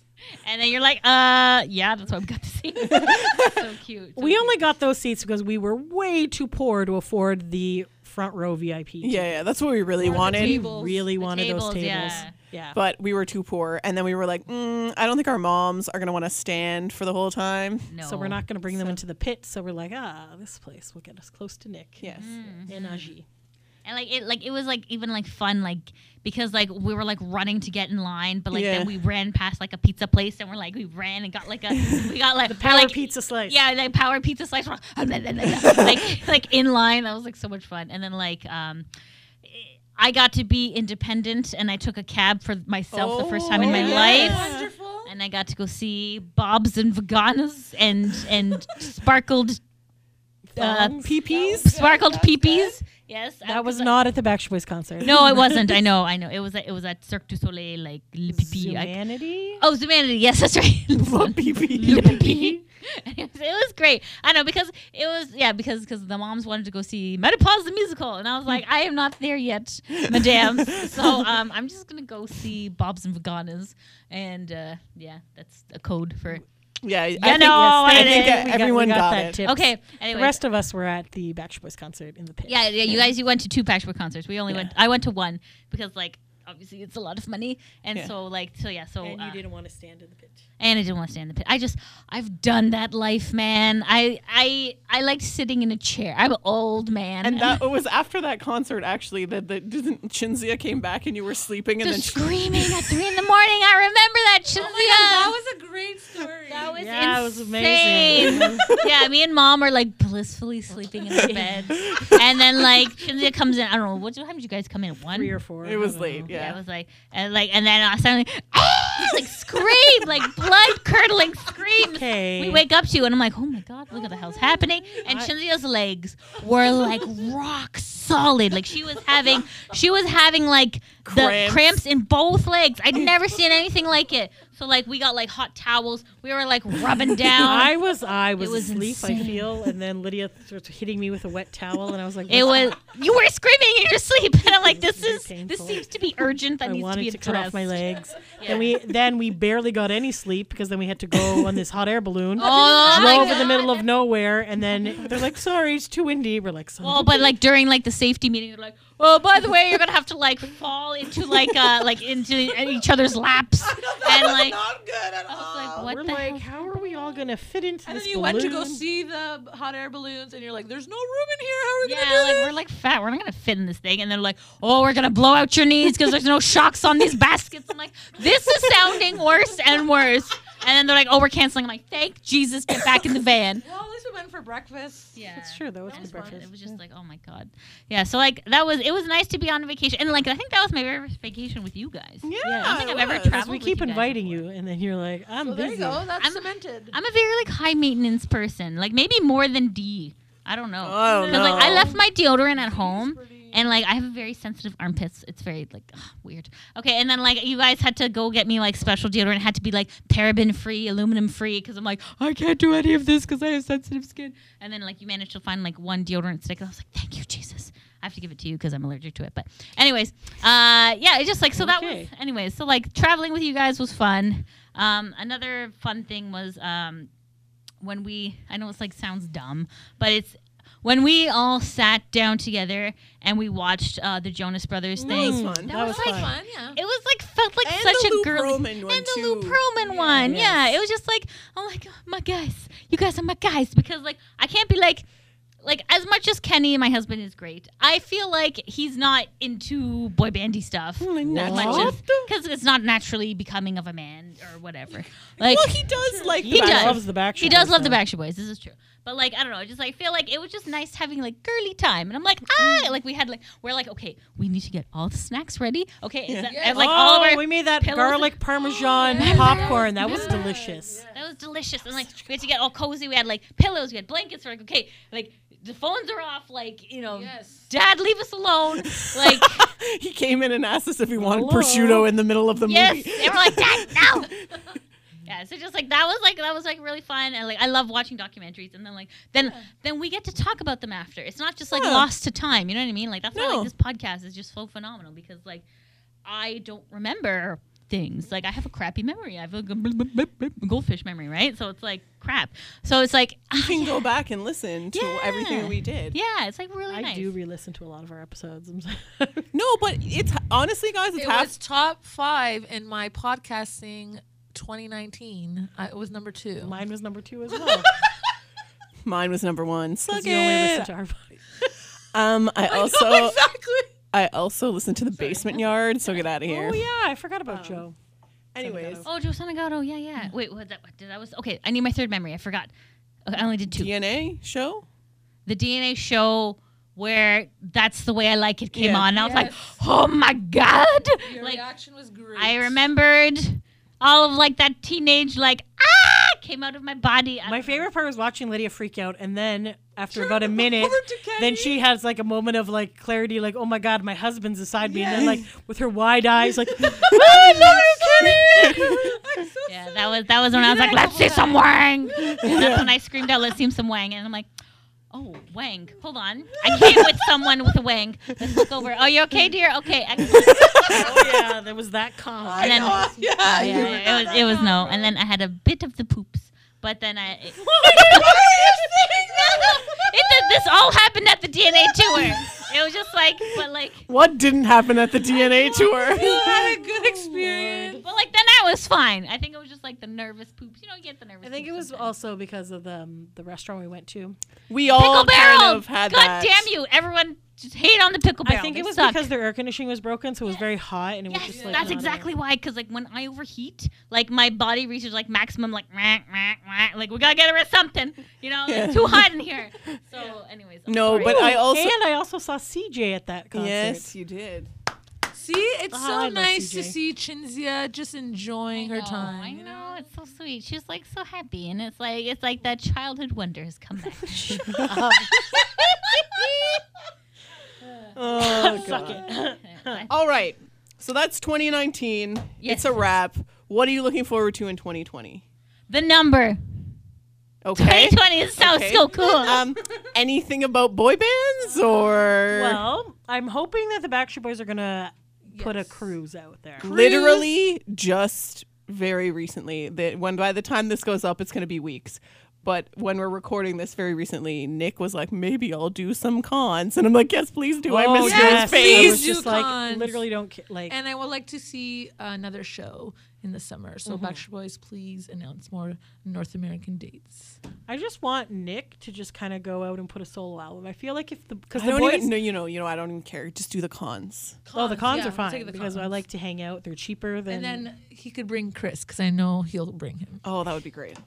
And then you're like, uh, yeah, that's what we got to see. so cute. so
we
cute.
only got those seats because we were way too poor to afford the front row VIP.
Yeah, yeah, that's what we really
we
wanted,
tables.
really
The
wanted those
tables,
tables.
yeah.
Yeah.
but we were too poor. And then we were like, mm, "I don't think our moms are gonna want to stand for the whole time."
no.
So we're not going to bring them into the pit. So we're like, ah, this place will get us close to Nick.
Yes.
Mm.
And Aji.
And like it, like it was like even like fun, like because like we were like running to get in line, but like
Yeah.
then we ran past like a pizza place, and we're like we ran and got like a we got like the
Power pizza slice.
Yeah, like power pizza slice. we're Like like, like in line. That was like so much fun. And then like um, I got to be independent, and I took a cab for myself the first time in my
Oh,
life.
Wonderful.
And I got to go see Bob's and Veganas and and Sparkled uh,
Thongs? PPs.
sparkled peepees. Yes,
That was
not.
not at the Backstreet Boys concert.
No, it wasn't. I know, I know. It was a, it was at Cirque du Soleil, like Le Pipi. I,
Humanity.
oh, Zumanity. Yes, that's right. Le
PP.
Pipi. it was great. I know because it was yeah because because the moms wanted to go see Menopause the musical, and I was like, I am not there yet, madame. so um, I'm just gonna go see Bob's and Veganas, and uh, yeah, that's a code for it.
Yeah, I
Yeah,
think-
no, I
I think
did.
uh, everyone got, it.
Tip.
Okay, anyway.
The rest of us were at the Backstreet Boys concert in the pit.
Yeah, yeah. You guys, you went to two Patchwork concerts. We only
Yeah.
went. I went to one because like obviously it's a lot of money, and
Yeah.
so like so yeah. So
And
uh,
you didn't want to stand in the pit.
and I didn't want to stand in the pit. I just I've done that life, man. I I I like sitting in a chair. I'm an old man.
And that it was after that concert actually that the didn't Chinzia came back and you were sleeping and
just
then she-
screaming at three in the morning. I remember that. Chinzia.
Oh that was a great story.
Oh That was
Yeah, it was
insane. yeah, me and mom are like blissfully sleeping in our beds, and then like Chinzia comes in. I don't know what time did you guys come in. One
Three or four.
it was late.
Yeah.
Yeah.
it was like, and like, and then I suddenly, "Ah!" like scream, like blood curdling screams.
Okay.
We wake up to, and I'm like, oh my god, look at the hell's happening. And Shinzia's legs were like rock solid, like she was having, she was having like the
Cramps.
cramps in both legs. I'd never seen anything like it. So like, we got like hot towels. We were like rubbing down.
I was I was,
was
asleep. I
insane.
feel, and then Lydia was hitting me with a wet towel, and I was like,
It
"What's
was you were screaming in your sleep, and I'm like, this
This
is
is
this
painful.
seems to be urgent. That
I
needs to
wanted
be
to,
addressed.
cut off my legs.
Yeah.
Then we then we barely got any sleep because then we had to go on this hot air balloon.
Oh, my
drove in the
God.
middle of nowhere, and then they're like, "Sorry, it's too windy." We're like, "Son of
Well, but like during like the safety meeting, they're like, "Well, by the way, you're gonna have to like fall into like uh like into each other's laps," and like
not good at
I was like,
all.
"What
we're
the
like,
hell?"
how are we all gonna fit into
And
this
then you went to go
balloon?
see the hot air balloons, and you're like, "There's no room in here. How are we
Yeah,
gonna do
like we're like fat. We're not gonna fit in this thing. And they're like, "Oh, we're gonna blow out your knees because there's no shocks on these baskets." I'm like, "This is sounding worse and worse." And then they're like, "Oh, we're canceling." I'm like, "Thank Jesus, get back in the van."
this?" Well, at least we went for breakfast.
Yeah,
That's true. That was
That
good
was fun.
breakfast.
It was just like, oh my god, yeah. So like that was it was nice to be on vacation, and like I think that was my very first vacation with you guys.
Yeah,
I don't think
it
I've ever
was.
traveled.
we
with
keep
you guys
inviting
before.
you, and then you're like, "I'm
So
busy."
there you go. That's
I'm-
cemented.
I'm a very like high maintenance person, like maybe more than D. I don't know.
I don't
'Cause, like I
know.
left my deodorant at home, and like I have a very sensitive armpits. It's very like ugh, weird. Okay, and then like you guys had to go get me like special deodorant. It had to be like paraben free, aluminum free, because I'm like I can't do any of this because I have sensitive skin. And then like you managed to find like one deodorant stick, and I was like, thank you, Jesus. I have to give it to you because I'm allergic to it. But anyways, uh, yeah, it's just like so that was
Okay.
anyways. So like traveling with you guys was fun. Um, another fun thing was um, when we I know it's like sounds dumb, but it's when we all sat down together and we watched uh, the Jonas Brothers thing.
was fun.
That,
That
was,
That was
fun.
fun. Yeah.
It was like felt like
And
such
the
a
Lou
girly
Pearlman one,
and the Lou
too.
Pearlman one. Yeah, it was just like I'm like oh, my guys, you guys are my guys because like I can't be like like as much as Kenny, my husband is great. I feel like he's not into boy bandy stuff.
Well,
as much
naturally.
as because it's not naturally becoming of a man or whatever. Like
Well, he does like the
He
back-
does.
loves the Backstreet.
she does
Boys,
love the
though.
Backstreet Boys. This is true. But like I don't know, just I feel like it was just nice having like girly time, and I'm like ah,
Mm-hmm.
like we had like we're like okay, we need to get all the snacks ready. Okay, is that, and, like
oh,
all of our
we made that
pillows-
garlic parmesan popcorn. That was delicious.
that was delicious, and like we had to get all cozy. We had like pillows, we had blankets. We're like okay, like the phones are off. Like you know,
Yes.
Dad, leave us alone. Like
he came in and asked us if we wanted
Hello.
prosciutto in the middle of the
yes,
movie.
they were like Dad, no. Yeah, so just like that was like that was like really fun and like I love watching documentaries and then like then then we get to talk about them after. It's not just like
Yeah.
lost to time, you know what I mean? Like that's why
No.
like this podcast is just so phenomenal because like I don't remember things. Like I have a crappy memory. I have a g- blip, blip, blip, blip, goldfish memory, right? So it's like crap. So it's like
You can go back and listen to
Yeah.
everything we did.
yeah, it's like really
I
nice.
do re-listen to a lot of our episodes. I'm sorry.
No, but it's honestly, guys, it's
It
half.
was top five in my podcasting 2019. I, it was number two.
Mine was number two as well.
Mine was number one. Suck
Because you only listen
it.
to our
Um, I
I know
also,
exactly.
I also listened to the Basement Yard. So get out of here.
Oh yeah, I forgot about Joe.
Anyways,
Oh, Joe Sanagato, yeah, yeah. Wait, what that what did I was okay, I need my third memory. I forgot. Okay, I only did two.
DNA show.
the DNA show where that's the way I like it came
Yeah.
on. And I was like,
Yes.
oh my god!
Your
like
reaction was great.
I remembered all of like that teenage like ah came out of my body. I
My
don't
favorite part was watching Lydia freak out, and then after about a minute,
over to Kenny.
then she has like a moment of like clarity, like, oh my god, my husband's beside me, and then like with her wide eyes, like,
I love you,
know. Yeah, that was that was when I was like, let's see some Wang. And that's when I screamed out, let's see some Wang, and I'm like. Oh, Wang. Hold on. I came with someone with a Wang. Let's look over. Oh, you okay, dear? Okay, excellent.
oh yeah, there was that comment.
And then,
yeah,
Oh, yeah, it was it was no, and then I had a bit of the poops, but then I. It, It did- this all happened at the DNA tour. It was just like, but like,
What didn't happen at the DNA tour?
had a
Oh,
good experience.
but like then I was fine. I think it was just like the nervous poops. You know, you get the nervous.
I think it
poops
was
sometimes.
also because of the um, the restaurant we went to.
We all
pickle barrel.
kind of had
God
that.
damn you! Everyone just hate on the pickle
I
barrel.
think
They
it was
suck.
because their air conditioning was broken, so it was very hot, and it was
Yes,
just like
that's
not
exactly why. Because like when I overheat, like my body reaches like maximum, like wah, wah, wah, like we gotta get rid of something. You know,
Yeah.
it's too hot in here. So, anyways, I'm
No,
sorry.
but I
a-
also
and I also saw CJ at that concert.
yes, you did.
See, it's
Oh,
so
I love
nice to
CJ.
see Chinzia just enjoying her
know,
time.
Oh, I
you
know it's so sweet. She's like so happy, and it's like it's like that childhood wonder has come back.
Oh god. All right. So that's 2019. It's
Yes.
a wrap. What are you looking forward to in 2020?
the number
Okay.
2020 is so
Okay.
so cool.
um, anything about boy bands or
Well, I'm hoping that the Backstreet Boys are gonna put a
Yes.
cruise out there.
literally just very recently that when by the time this goes up it's going to be weeks but when we're recording this very recently nick was like maybe i'll do some cons and i'm like yes please do i
Oh,
miss your
yes,
face
I
Please
was
do
just like
cons.
literally don't ca- like.
And I would like to see another show in the summer.
Mm-hmm.
So Backstreet Boys, please announce more North American dates.
I just want Nick to just kind of go out and put a solo album. I feel like if the because
i
the
don't
boys,
even know you know you know i don't even care just do the cons
oh the cons
yeah,
are
we'll
fine
take the
because I
cons.
like to hang out. They're cheaper than
And then he could bring Chris because I know he'll bring him.
oh that would be great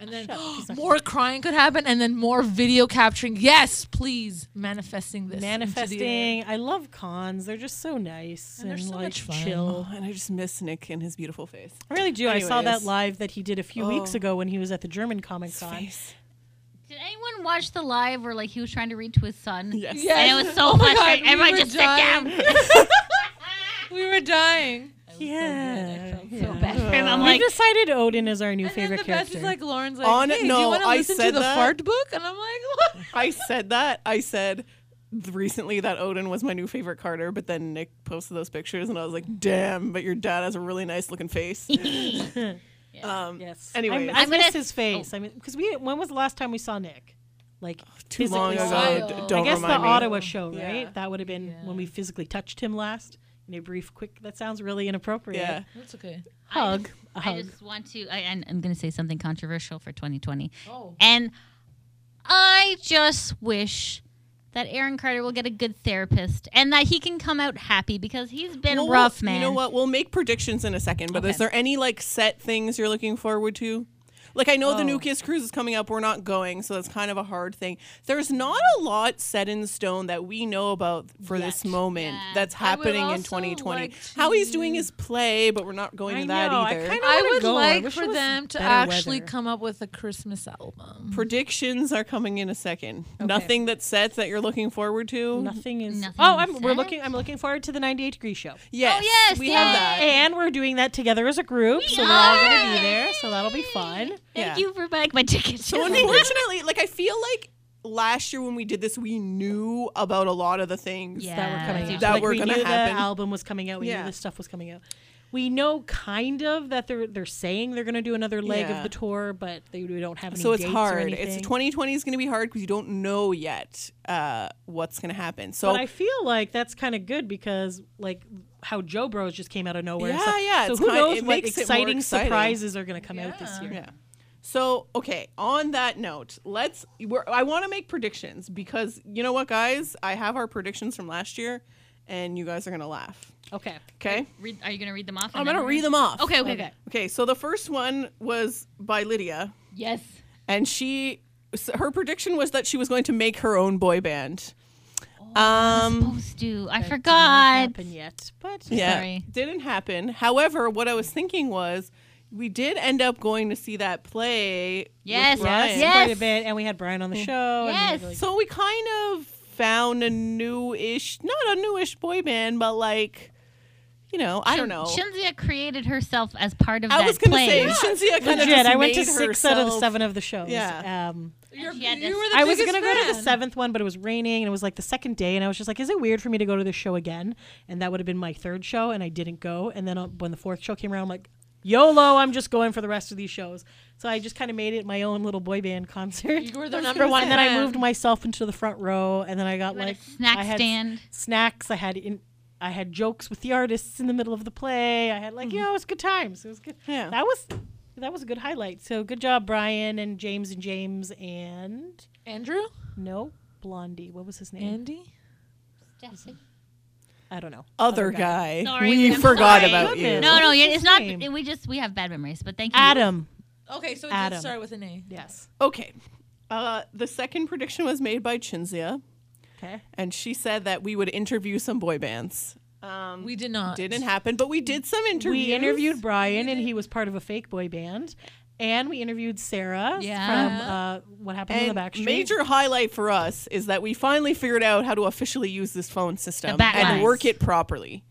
And then more crying could happen, and then more video capturing. Yes, please manifesting this. into the air.
manifesting. I love cons. They're just so nice
And
and,
they're so
like
much fun.
chill.
oh, and i just miss nick and his beautiful face
I really do. I saw that
Anyways.
live that he did a few weeks
Oh.
ago when he was at the German Comic Con.
face
Did anyone watch the live where like he was trying to read to his son?
Yes.
And it was so
Oh my God,
frustrating.
we
Everyone
were
just
dying.
sit down.
We were dying.
Yeah,
so bad for him. I'm
I've
like,
decided Odin is our new
And then
favorite
the
character.
best is like Lauren's like,
On-
hey, do
no,
you want to
I
listen to
said
the
that.
fart book? And I'm like, what?
i said that i said th- recently that odin was my new favorite carter but then nick posted those pictures and i was like damn but your dad has a really nice looking face um
yes.
anyways.
I'm, I
I'm gonna-
miss his face. I mean, because we when was the last time we saw Nick? Like
too
physically
Oh, long
saw
ago.
him?
d-
I
Don't
I guess the
remind me.
Ottawa show, right?
Yeah.
That would have been when we physically touched him last. In a brief, quick. That sounds really inappropriate.
Yeah.
That's okay.
Hug. a
I
hug.
just want to, I, and I'm going to say something controversial for 2020.
Oh.
And I just wish that Aaron Carter will get a good therapist and that he can come out happy because he's been
Well,
rough,
we'll-
man.
You know what? We'll make predictions in a second. But is
Okay.
there any like set things you're looking forward to? Like I know the
Oh.
new Kiss Cruise is coming up. We're not going, so that's kind of a hard thing. There's not a lot set in stone that we know about for this
Yet.
moment
Yeah.
that's
I would
happening in
also
2020.
like to-
How he's doing his play, but we're not going to that
know, I
either.
kinda- I
I
wanna
would
go. I
like
wish it
for
was
them to
better
actually
weather.
come up with a Christmas album.
predictions are coming in a second. Nothing that's sets that you're looking forward to.
Nothing is.
Nothing
oh, I'm.
is
We're
set.
looking. I'm looking forward to the 98 degree show.
Yes,
Oh, yes,
we have
yay.
that.
And we're doing that together as a group, so we're all gonna be
are!
there. So that'll be fun.
Thank
Yeah.
you for buying my ticket.
So unfortunately, like I feel like last year when we did this, we knew about a lot of the things.
Yeah.
that were coming
Yeah.
out.
That
like,
were
we
gonna
knew
happen.
the album was coming out. We
Yeah.
knew this stuff was coming out. We know kind of that they're they're saying they're going to do another leg
Yeah.
of the tour, but they we don't have any.
So it's
dates or
hard. It's
anything.
2020 is going to be hard because you don't know yet uh, what's going to happen. So
But I feel like that's kind of good because like how Joe Bros just came out of nowhere. and
Yeah,
stuff.
yeah,
So
it's
who
kind-
knows
it
what
makes it more
exciting,
exciting.
surprises are going to come out this year?
yeah. So okay. On that note, let's. We're, I want to make predictions because you know what, guys, I have our predictions from last year, and you guys are going to laugh.
Okay.
Okay.
Read, are you going to read them off?
I'm going to read them off.
Okay, okay, okay.
Okay. So the first one was by Lydia.
Yes.
and she s- her prediction was that she was going to make her own boy band.
Oh,
um
Supposed to. I
Not
forgot.
happen yet, but
yeah,
Sorry.
didn't happen. However, what I was thinking was we did end up going to see that play.
Yes,
with Brian.
yes.
quite a bit, and we had Brian on the show.
Mm. Yes.
and we were like-
So we kind of found a newish, not a newish boy band, but like, you know, I don't know.
Shinzia created herself as part of
I
that
was gonna
play.
say Shinzia kind of
legit.
just
I went to
made
six out of the
herself-
seven of the shows.
Yeah.
Um,
You're,
She had this-
you were the
I was
biggest
gonna go to the
fan.
seventh one, but it was raining, and it was like the second day, and I was just like, "Is it weird for me to go to this show again?" And that would have been my third show, and I didn't go. And then uh, when the fourth show came around, I'm like, "YOLO! I'm just going for the rest of these shows." So I just kind of made it my own little boy band concert.
You were the
Number one, and then I
fan.
moved myself into the front row, and then I got
You had a
like
snack
I had s-
stand.
snacks. I had in, I had jokes with the artists in the middle of the play. I had like you know, it was good times. It was good.
Yeah.
That was that was a good highlight. So good job, Brian and James and James and
Andrew,
no Blondie. What was his name?
Andy.
I don't know.
other guy.
Sorry,
we
I'm
forgot
sorry.
about you.
No,
What
no,
was
yeah,
his
it's not.
name?
We just we have bad memories, but thank you,
Adam.
Okay, so it
Adam.
did start with an A.
Yes.
Okay. Uh, the second prediction was made by Chinzia,
Okay.
and she said that we would interview some boy bands. Um,
We did not.
didn't happen, but we did some interviews.
We interviewed Brian, and he was part of a fake boy band. And we interviewed Sarah
Yeah.
from uh, What Happened in
And
the Backstreet.
major highlight for us is that we finally figured out how to officially use this phone system
The back
and
lines.
work it properly.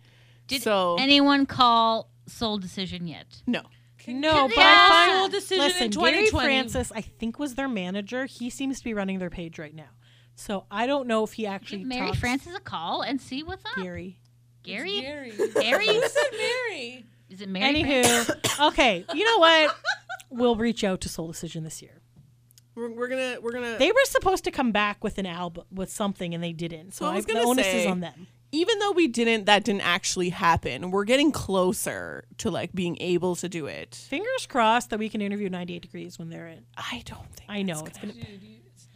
Did
so
anyone call Soul Decision yet?
no,
No, but
Yeah.
I
Soul
find
decision in
listen,
2020.
Gary Francis, I think was their manager. He seems to be running their page right now, so I don't know if he actually
Give Mary
talks
Francis a call and see what's up.
Gary.
Gary,
Gary.
Gary,
Who said Mary?
is it Mary? Francis?
Anywho, okay, you know what? We'll reach out to Soul Decision this year.
we're, we're gonna we're gonna.
They were supposed to come back with an album with something, and they didn't. So,
So I was
the
gonna
onus
say-
is on them.
even though we didn't, that didn't actually happen. We're getting closer to like being able to do it.
Fingers crossed that we can interview 98 Degrees when they're in.
I don't think
I know
that's
it's gonna.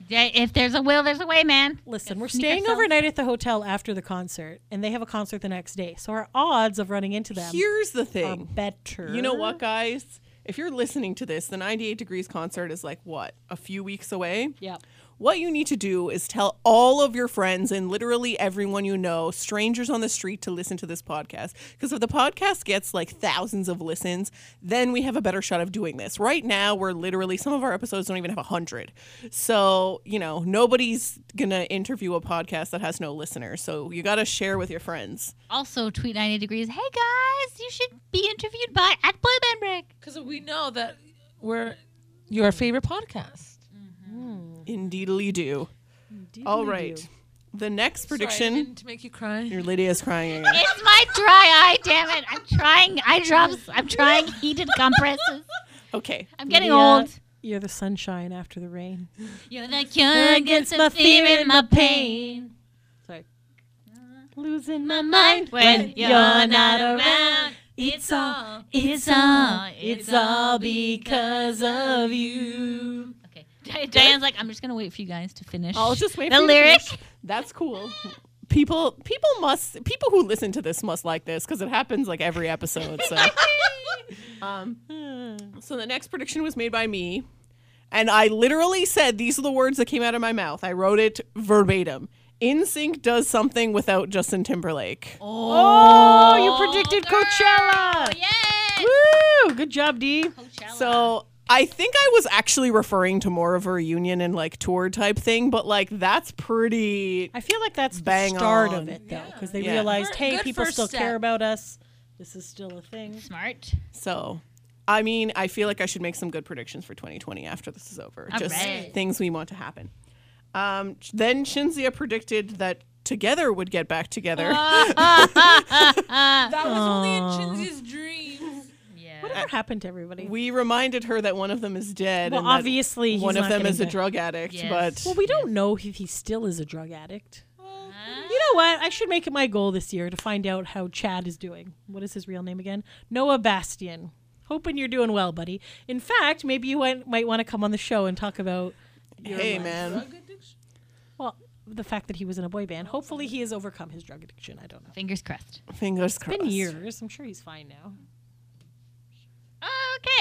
Yeah, if there's a will, there's a way, man.
Listen, we're
Sneak
staying
ourselves-
overnight at the hotel after the concert, and they have a concert the next day. So our odds of running into them
Here's the
are
thing.
better.
You know what, guys? If you're listening to this, the 98 Degrees concert is like what, a few weeks away?
Yep.
What you need to do is tell all of your friends and literally everyone you know, strangers on the street, to listen to this podcast. Because if the podcast gets like thousands of listens, then we have a better shot of doing this. Right now, we're literally, some of our episodes don't even have a 100. So, you know, nobody's going to interview a podcast that has no listeners. So you got to share with your friends.
Also, tweet 90 degrees. Hey guys, you should be interviewed by at Boy Band Break.
Because we know that we're your favorite podcast.
Indeedly do. All right. The next prediction.
Sorry, I didn't make you cry.
Your Lydia's crying again.
It's my dry eye, damn it! I'm trying eye drops. I'm trying heated compresses.
Okay.
I'm getting
Lydia,
old.
You're the sunshine after the rain.
You're the cure against my fear and my pain.
Sorry. Losing
My
my mind when you're not around.
It's all,
It's all, it's all because of you.
Okay. Di- Diane's like, I'm just gonna wait for you guys to finish.
I'll just wait
the
for you to
lyric.
finish. That's cool. People people must people who listen to this must like this because it happens like every episode. So um so the next prediction was made by me. And I literally said these are the words that came out of my mouth. I wrote it verbatim. InSync does something without Justin Timberlake.
Oh, you predicted
girl.
Coachella.
Yes.
Woo! Good job, D.
Coachella.
So I think I was actually referring to more of a reunion and like tour type thing, but like that's pretty
I feel like that's
Bang
the start
on.
of it, though, because they
Yeah.
realized,
Good-
hey,
good
people
first
still
step.
care about us. This is still a thing.
smart.
So, I mean, I feel like I should make some good predictions for 2020 after this is over.
All
Just
right.
things we want to happen. Um, then Shinzia predicted that Together would get back together.
That was only in Chinzy's dreams.
Yeah.
Whatever happened to everybody?
we reminded her that one of them is dead.
well,
and that
obviously, he's
one of
not
them
getting
is a
back.
drug addict.
Yes.
Well,
But
we don't know if he still is a drug addict. You know what? I should make it my goal this year to find out how Chad is doing. What is his real name again? Noah Bastian. Hoping you're doing well, buddy. In fact, maybe you went, might want to come on the show and talk about
hey, man,
Drug addiction.
well the fact that he was in a boy band. Hopefully, he has overcome his drug addiction. I don't know.
Fingers crossed.
fingers crossed.
It's been years. I'm sure he's fine now.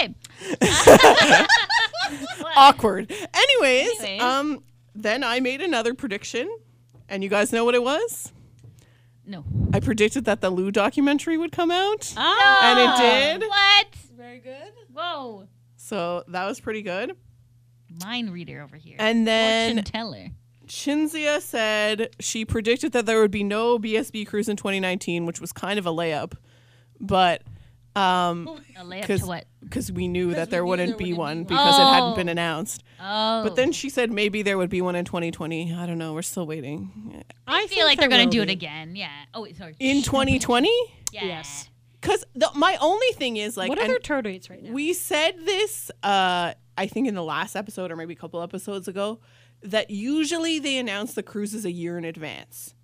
Okay.
Awkward. Anyways,
Anyways.
um, then I made another prediction, and you guys know what it was.
No.
I predicted that the Lou documentary would come out,
Ah,
and it did.
Oh, What?
Very good.
Whoa,
So that was pretty good.
mind reader over here.
And
Fortune
then
teller.
Shinzia said she predicted that there would be no BSB cruise in 2019, which was kind of a layup, but um
A layup
Cause-
to what?
because we knew that
we
there
knew
wouldn't
there
be
wouldn't
one
be
one.
because it hadn't
Oh.
been announced.
Oh,
But then she said maybe there would be one in 2020. I don't know. We're still waiting.
I,
I feel like they're gonna
will
do it
be.
again. Yeah. Oh wait, sorry.
In 2020?
Yeah.
Yes.
Because my only thing is like,
what are
and
their turn rates right now?
we said this, uh, I think in the last episode or maybe a couple episodes ago, that usually they announce the cruises a year in advance.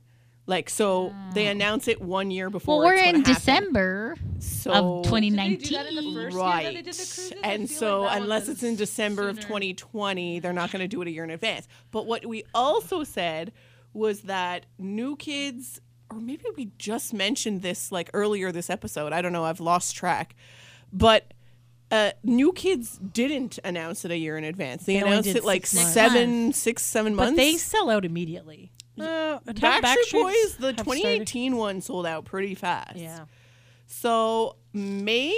Like, so they announce it one year
Mm. Well,
before.
we're
it's gonna
in
happen.
December
so,
of
Did they do that in
2019.
the first year that
Right.
they did the cruises? I
and
feel
so,
like that one
unless
was
it's in December of
sooner.
2020, they're not going to do it a year in advance. But what we also said was that New Kids, or maybe we just mentioned this like earlier this episode. I don't know. I've lost track. But uh, New Kids didn't announce it a year in advance. They,
They only
announced
did
it like
six months.
seven, six, seven
but
months.
they sell out immediately.
uh,
How
Backstreet
Backstreets
Boys, the
have started-
2018 one sold out pretty fast.
Yeah.
So maybe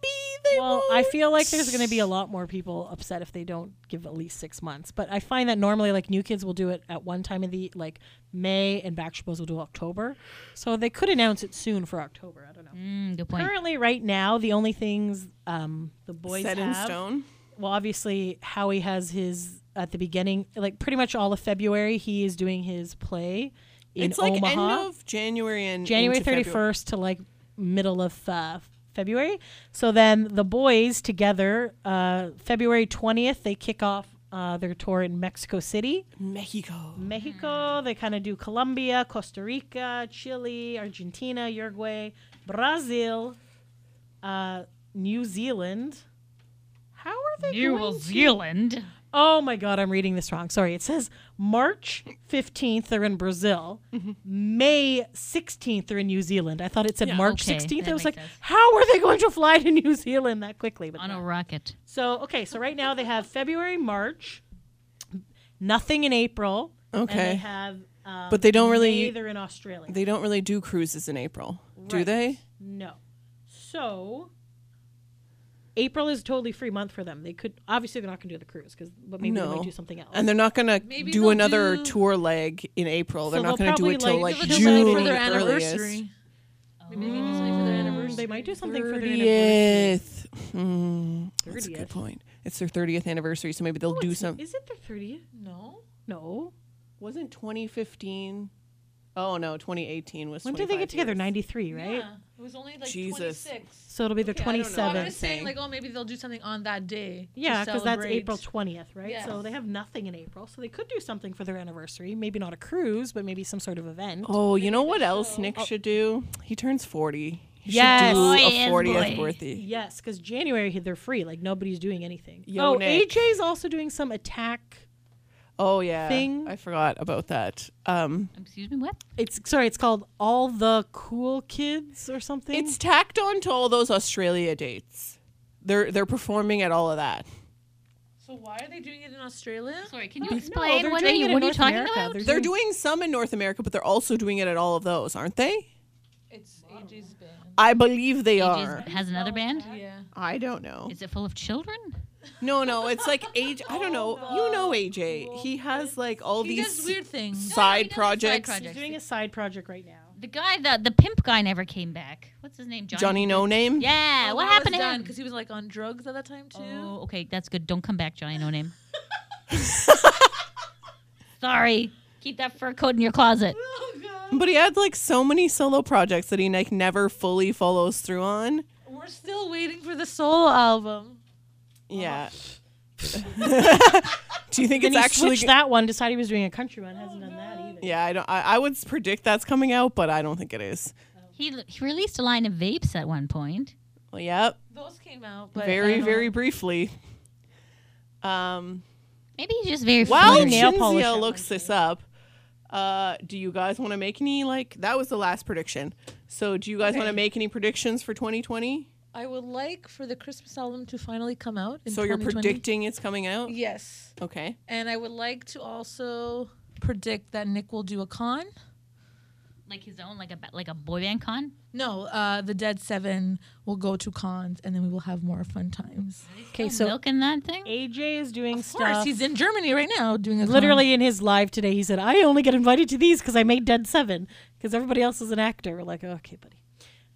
they
Well,
won't.
I feel like there's going to be a lot more people upset if they don't give at least six months. But I find that normally, like New Kids will do it at one time of the like May, and Backstreet Boys will do October. So they could announce it soon for October. I don't know.
Mm, good point.
Currently, right now, the only things um, the boys
set in
have-
stone.
Well, obviously, Howie has his at the beginning, like pretty much all of February, he is doing his play in
it's like
Omaha.
end of January and
January
into
thirty
February.
first to like middle of uh, February. So then the boys together, uh, February twentieth, they kick off uh, their tour in Mexico City,
Mm-hmm. Mexico.
Mexico. They kind of do Colombia, Costa Rica, Chile, Argentina, Uruguay, Brazil, uh, New Zealand. How are they
New
going?
Zealand.
Oh my God, I'm reading this wrong. Sorry. It says March 15th, they're in Brazil. May 16th, they're in New Zealand. I thought it said
Yeah,
March
okay,
16th.
that
I was like,
makes sense.
how are they going to fly to New Zealand that quickly? But
On a
no.
rocket.
So, okay, so right now they have February, March, nothing in April. And
Okay.
they have. Um,
But they don't really-
May, they're in Australia.
They don't really do cruises in April, do
Right.
they?
No. So April is a totally free month for them. They could obviously they're not going to do the cruise because, but maybe they
No.
might do something else.
And they're not gonna
Maybe
do
they'll
another
do-
tour leg in April. they're
So
not
they'll
gonna do it
probably,
till
like,
like
Give it to
June
somebody for their
earliest.
anniversary. Maybe they need somebody for their anniversary.
They might do something for their anniversary.
Thirtieth. Mm, that's a good
30th.
point. It's their thirtieth anniversary, so maybe they'll do some.
Is Oh, it the thirtieth?
No.
No.
Wasn't 2015? Oh no, 2018 was.
When did they
25
get together?
years.
Ninety three, right?
Yeah. It was only like
Jesus.
26.
So it'll be the
I don't know.
twenty
So I'm
Seven.
seventh.
just saying, like, oh, maybe they'll do something on that day. to
Yeah, because that's
celebrate.
April twentieth, right? So
Yes.
they have nothing in April, so they could do something for their anniversary. Maybe not a cruise, but maybe some sort of event.
Oh, you know what else Nick should do? He turns 40. He
Yes.
should do
Oh,
a
yes,
40th
boy.
birthday.
Yes, because January they're free. Like nobody's doing anything.
Yo,
oh,
Nick.
AJ's also doing some attack.
Oh yeah,
thing.
I forgot about that. Um,
Excuse me, what?
It's sorry, it's called All the Cool Kids or something.
it's tacked on to all those Australia dates. They're they're performing at all of that.
So why are they doing it in Australia?
Sorry, can you
No,
explain?
they're
what are
doing
you,
it in
what are you
North
talking
America.
about?
They're
They're doing some in North America, but they're also doing it at all of those, aren't they?
It's AJ's band.
I believe they are.
AJ's has another band?
Yeah.
I don't know.
Is it full of children?
No, no, it's like AJ. I don't know. You know AJ. He has like all
He does
these
weird things.
side
does
projects.
side
He's doing a side project right now.
The guy, the the pimp guy, never came back. What's his name? Johnny.
Johnny No Name.
Yeah. what happened to him?
Because he Oh, was like on drugs at that time too.
Oh, okay, that's good. Don't come back, Johnny. No name. Sorry. Keep that fur coat in your closet.
Oh,
But he had like so many solo projects that he like never fully follows through on.
We're still waiting for the soul album.
Yeah. Do you think
Then
it's
he
actually? Oh,
switched that one, decided he was doing a country one, hasn't done that either.
Yeah, I don't. I, I would predict that's coming out, but I don't think it is.
He, he released a line of vapes at one point.
Well, yep.
Those came out, but I
very,
don't-
very briefly. Um.
Maybe he's just very
While
flirty.
nail polish
Shinzia
at
looks
one
this up, uh, do you guys want to make any like that was the last prediction? So do you guys want to
Okay.
make any predictions for 2020?
I would like for the Christmas album to finally come out. In
so you're
2020.
predicting it's coming out?
Yes,
Okay.
and I would like to also predict that Nick will do a con.
like his own, like a ba- like a boy band con?
No, uh, the Dead Seven will go to cons, and then we will have more fun times.
Okay,
So
so
milk in that thing.
AJ is doing
Of course,
stuff.
he's in Germany right now doing a con.
Literally in his live today, he said, "I only get invited to these because I made Dead Seven because everybody else is an actor." We're like, "Okay, buddy."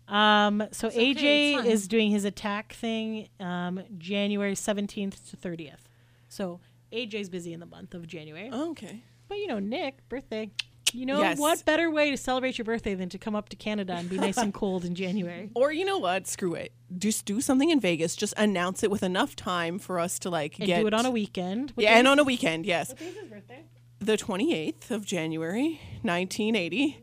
Um, so
okay,
AJ
it's fun.
is doing his attack thing um, January seventeenth to thirtieth. So AJ's busy in the month of January.
Oh.
Okay.
But you know, Nick, birthday. You know
Yes.
what better way to celebrate your birthday than to come up to Canada and be nice and cold in January?
Or you know what? Screw it. Just do something in Vegas. Just announce it with enough time for us to like
And
get
do it on a weekend. What
yeah,
day
and
is-
on a weekend. Yes,
what day is his birthday?
the twenty eighth of January, nineteen eighty.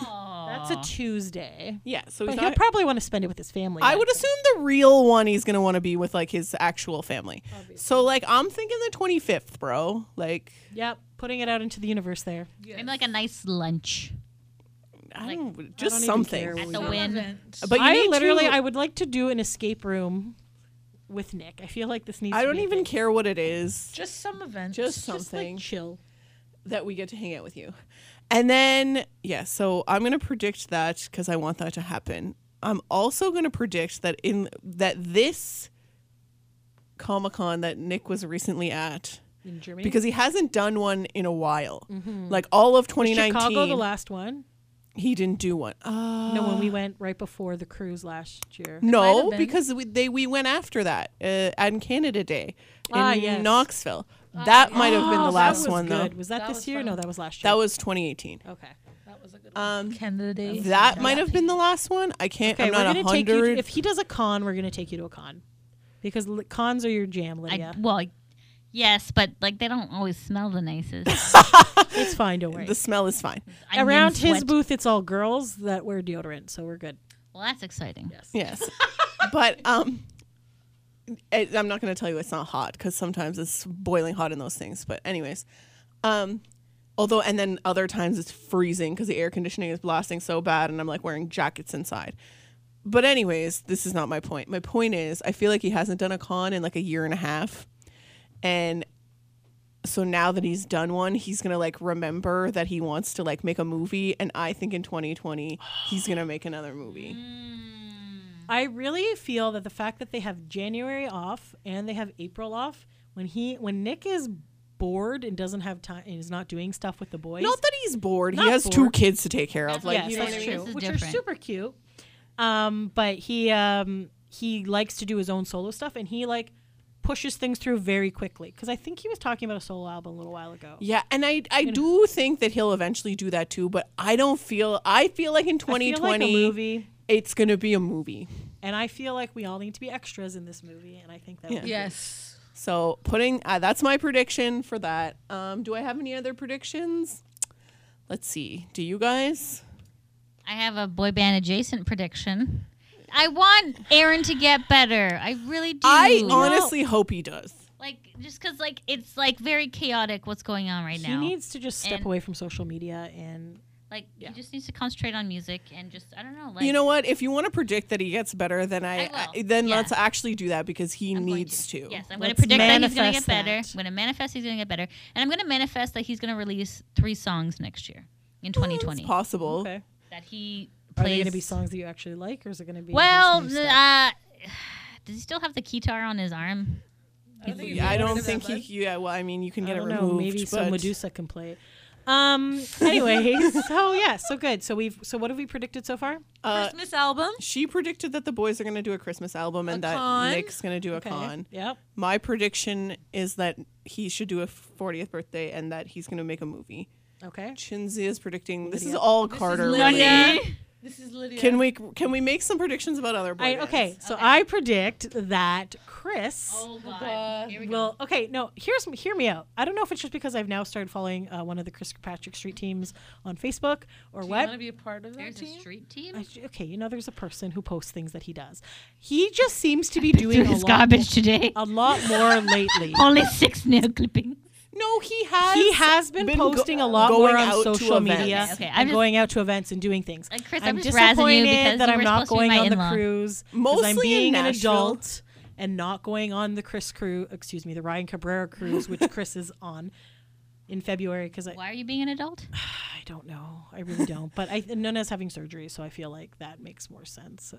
That's a Tuesday.
Yeah, so
But
he's
he'll
not.
probably want to spend it with his family.
I
that
would
day.
assume the real one he's gonna want to be with like his actual family. So like I'm thinking the twenty fifth, bro. Like
Yep, putting it out into the universe there.
Maybe like a nice lunch.
I
Like,
don't just
even
something.
care where
At
we
the
are.
win.
But you
I
need
literally,
to-
I would like to do an escape room with Nick. I feel like this needs.
I
to
don't
be a
even
thing.
care what it is.
just some event.
Just
Just
something
like chill.
that we get to hang out with you. And then yeah, so I'm gonna predict that because I want that to happen. I'm also gonna predict that in that this Comic Con that Nick was recently at.
In Germany,
Because he hasn't done one in a while, like all of
Mm-hmm. Was
2019,
Chicago, the last one.
he didn't do one. Uh,
no, when we went right before the cruise last year.
might have
No,
been.
because we, they we went after that uh, on Canada Day in
Ah, yes.
Knoxville. that might have been
Oh,
the
that
last
was
one
good.
though.
Was that,
That
this
was
year? No,
fun.
that was last year.
That was 2018.
okay.
That was a good
Um,
Canada Day.
that might have been the last one. I can't.
Okay,
I'm not
we're
a
gonna take you.
hundred.
If he does a con, we're gonna take you to a con, because li- cons are your jam,
I,
Lydia.
Well, yes, but like they don't always smell the nicest.
it's fine. Don't worry.
the smell is fine.
Onion
Around his
sweat.
booth, it's all girls that wear deodorant, so we're good.
Well, that's exciting.
Yes, but um, it, I'm not going to tell you it's not hot because sometimes it's boiling hot in those things. But anyways, um, although and then other times it's freezing because the air conditioning is blasting so bad, and I'm like wearing jackets inside. But anyways, this is not my point. My point is I feel like he hasn't done a con in like a year and a half, and so now that he's done one, he's gonna like remember that he wants to like make a movie, and I think in 2020 he's gonna make another movie.
I really feel that the fact that they have January off and they have April off when he when Nick is bored and doesn't have time and is not doing stuff with the boys.
Not that he's bored.
Not
he has
bored.
two kids to take care of. Like,
yes,
you know
that's
what I
true,
mean?
This is
which are
different.
super cute. Um, but he um he likes to do his own solo stuff and he like pushes things through very quickly because I think he was talking about a solo album a little while ago.
Yeah, and I I do think that he'll eventually do that too, but I don't feel I feel like in
I feel
2020
like a movie,
it's going to be a movie.
and I feel like we all need to be extras in this movie, and I think that
Yeah.
would be-
Yes.
So, putting uh, that's my prediction for that. Um do I have any other predictions? Let's see. Do you guys?
I have a boy band adjacent prediction. I want Aaron to get better. I really do.
I honestly hope he does.
like just because like it's like very chaotic what's going on right
He
now.
needs to just step
And-
away from social media and
like
Yeah.
he just needs to concentrate on music and just I don't know. Like
You know what? If you want to predict that he gets better, then I,
I will.
I- then
Yeah.
let's actually do that because he
I'm going
needs to.
Yes, I'm going to
Let's
predict that he's going to get
manifest
better.
that.
I'm going to manifest he's going to get better, and I'm going to manifest that he's going to release three songs next year in
Well, it's
2020
possible.
okay.
that he
Are they
plays.
going to be songs that you actually like, or is it going to be?
Well,
just new stuff?
uh, does he still have the guitar on his arm?
Yeah, I don't think he. Yeah, well, I mean, you can
I
get
don't
it
know.
removed.
Maybe some
but-
Medusa can play. it. Um. Anyway, so yeah, so good. So we've. So what have we predicted so far?
Uh,
Christmas album.
she predicted that the boys are going to do a Christmas album and
A
that
con?
Nick's going to do a
Okay.
con.
Yep.
My prediction is that he should do a 40th birthday and that he's going to make a movie.
Okay.
Chinzi is predicting this is
Lydia.
all
This is
Carter.
Lydia.
related.
This is Lydia.
Can we can we make some predictions about other boys?
I, okay. So I predict that Chris.
Oh
God.
God! Here we go.
Well, okay, no. Here's hear me out. I don't know if it's just because I've now started following uh, one of the Chris Patrick Street teams on Facebook or
Do you
what.
want to be a part of that
There's a
team?
street team.
I- okay, you know, there's a person who posts things that he does. He just seems to be doing a
his
lot, Oh.
garbage today.
a lot more lately.
Only six nail clippings.
No, he has.
he has been,
been go-
posting a lot
going
more
out
on
to
social
events.
media
Okay, okay, I'm
and
just-
going out to events and doing things.
Uh, Chris,
I'm,
I'm just razzing you
disappointed
because
that
you
I'm
were
not
supposed to be
going
my
on the
in-law.
cruise 'cause I'm
Mostly in
being an
Nashville.
adult and not going on the Chris crew. Excuse me, the Ryan Cabrera cruise, which Chris is on. in February because I,
Why are you being an adult?
I don't know. I really don't. But I Nona's having surgery, so I feel like that makes more sense.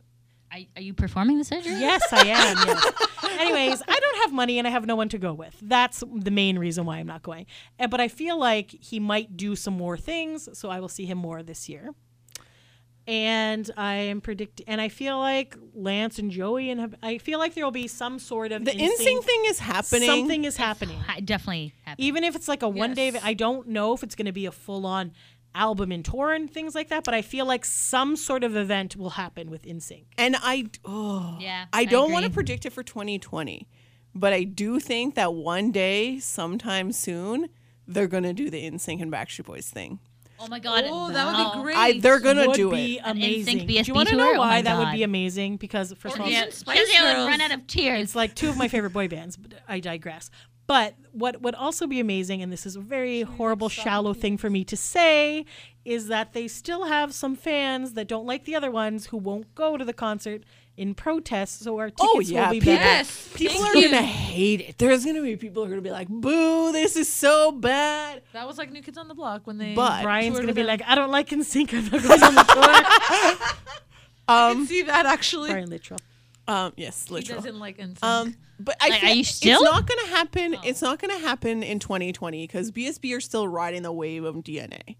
Are, are you performing the surgery?
Yes, I am. yes. Anyways, I don't have money and I have no one to go with. That's the main reason why I'm not going. Eh, But I feel like he might do some more things, so I will see him more this year. And I am predict, and I feel like Lance and Joey, and have, I feel like there will be some sort of
The insync thing is happening.
Something is happening,
I definitely have.
even if it's like a one day.
Yes.
I don't know if it's going to be a full on album and tour and things like that, but I feel like some sort of event will happen with InSync.
And I, oh,
Yeah,
I
I
don't want to
agree.
predict it for 2020, but I do think that one day, sometime soon, they're gonna do the NSYNC and Backstreet Boys thing.
Oh my god.
Oh, that would be great.
I, they're gonna
would
do
be
it.
An
amazing.
NSYNC
Do you
BSB
want to
tour?
know
Oh
why
my
that would
God.
be amazing? Because first of all,
Yeah.
Yeah,
Spice
because they would
Girls.
run out of tears.
it's like two of my favorite boy bands. But I digress. But what would also be amazing, and this is a very horrible, shallow thing for me to say, is that they still have some fans that don't like the other ones who won't go to the concert in protest. So our tickets
Oh, yeah,
will be
people-
better.
Yes.
People
thank
are
you.
gonna hate it. There's gonna be people who are gonna be like, "Boo! This is so bad."
That was like New Kids on the Block when they.
But-
Brian's
toured
gonna
with
be
them.
like, I don't like NSYNC. I'm not going on the tour.
I can see that actually.
Brian Littrell.
Um, yes,
He
literal.
doesn't like NSYNC.
Um, but I
Like,
feel
are you
it's
still?
not gonna happen. It's not gonna happen in 2020 because BSB are still riding the wave of DNA,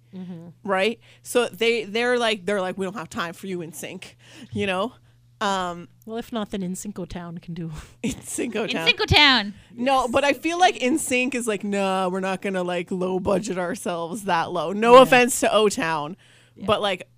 right? So they they're like they're like we don't have time for you in sync, you know. Um,
Well, if not, then NSYNC Town can do.
in Cinco
in
Town.
Cinco Town.
no, but I feel like in sync is like nah, we're not gonna like low budget ourselves that low. No offense to O Town, but like.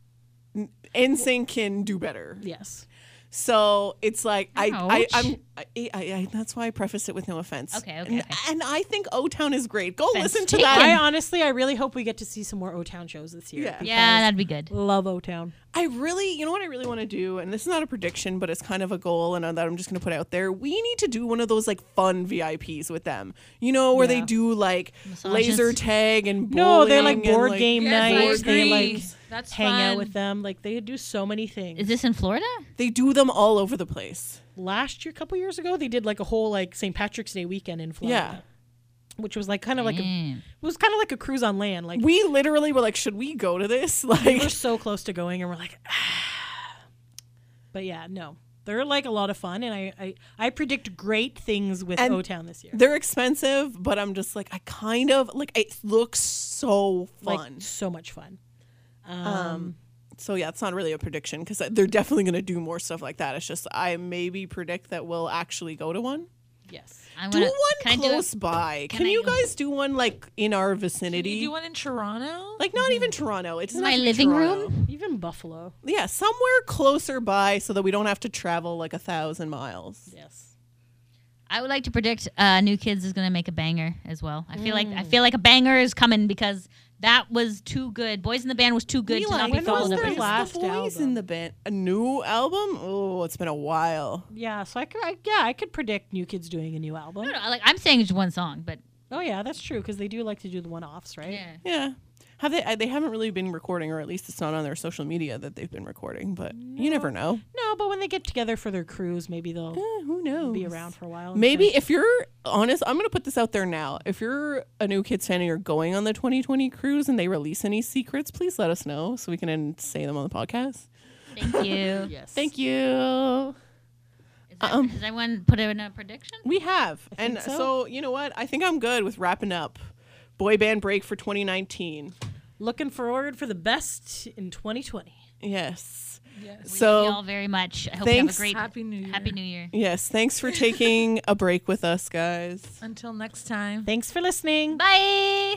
In sync can do better.
Yes.
So it's like I, I
Ouch.
I'm I, I, I that's why I preface it with no offense.
Okay, okay,
And,
okay.
and I think O Town is great. Go
Offense
listen to
taken.
that.
I honestly, I really hope we get to see some more O Town shows this year.
Yeah.
because
Yeah, that'd be good.
Love O Town.
I really, you know what I really want to do, and this is not a prediction, but it's kind of a goal, and uh, that I'm just going to put out there. We need to do one of those like fun VIPs with them. You know where they
Yeah.
do like
Massages.
laser tag and bowling
No, they're like
and,
board game
Yes, I
nights. They
agree.
like
That's
hang out
fun.
with them. Like they do so many things.
Is this in Florida?
They do them all over the place.
Last year, a couple years ago, they did like a whole like St. Patrick's Day weekend in Florida. Which was like kind of like a,
Mm.
it was kind of like a cruise on land. Like we
We literally were like, should we go to this? Like,
were so close to going, and we're like, "Ah." but yeah, no, they're like a lot of fun, and I I, I predict great things with
And
O Town this year.
they're expensive, but I'm just like, I kind of like it looks so
Like
fun. Um,
so much fun.
so yeah, it's not really a prediction because they're definitely going to do more stuff like that. It's just I maybe predict that we'll actually go to one.
Yes.
I'm
Do
gonna,
one
can I do it?
close by. Can,
I
you
go-
guys do one like in our vicinity?
you do one in Toronto?
like not even Toronto. It's
My
not
living room?
Even Buffalo.
Yeah, somewhere closer by so that we don't have to travel like a thousand miles.
Yes.
I would like to predict uh, New Kids is going to make a banger as well. I feel like I feel like a banger is coming because that was too good. Boys in the Band was too good to
Eli,
not be
when was
followed up.
their
with-
with-
last
The
boys
Boys
in
in
the band? A new album? Oh, it's been a while.
Yeah. So I could. I, yeah, I could predict New Kids doing a new album.
No, no, like I'm saying just one song, but
Oh yeah, that's true because they do like to do the one-offs, right?
yeah.
Yeah. Have they? I- They haven't really been recording, or at least it's not on their social media that they've been recording. But you never know.
No, but when they get together for their cruise, maybe they'll
Eh, who knows?
be around for a while. and
Maybe
stuff.
if you're honest, I'm gonna put this out there now. If you're a new kids fan and you're going on the 2020 cruise and they release any secrets, please let us know so we can then say them on the podcast.
Thank you.
yes.
Thank you.
Is that, has anyone put in a prediction?
We have, and
so.
so you know what? I think I'm good with wrapping up boy band break for 2019.
Looking forward for the best in 2020.
Yes.
Yes.
We
So-
love y'all very much. I hope you have a
Thanks.
great
Happy New Year.
Happy New Year.
Yes. Thanks for taking a break with us, guys.
Until next time.
Thanks for listening.
Bye.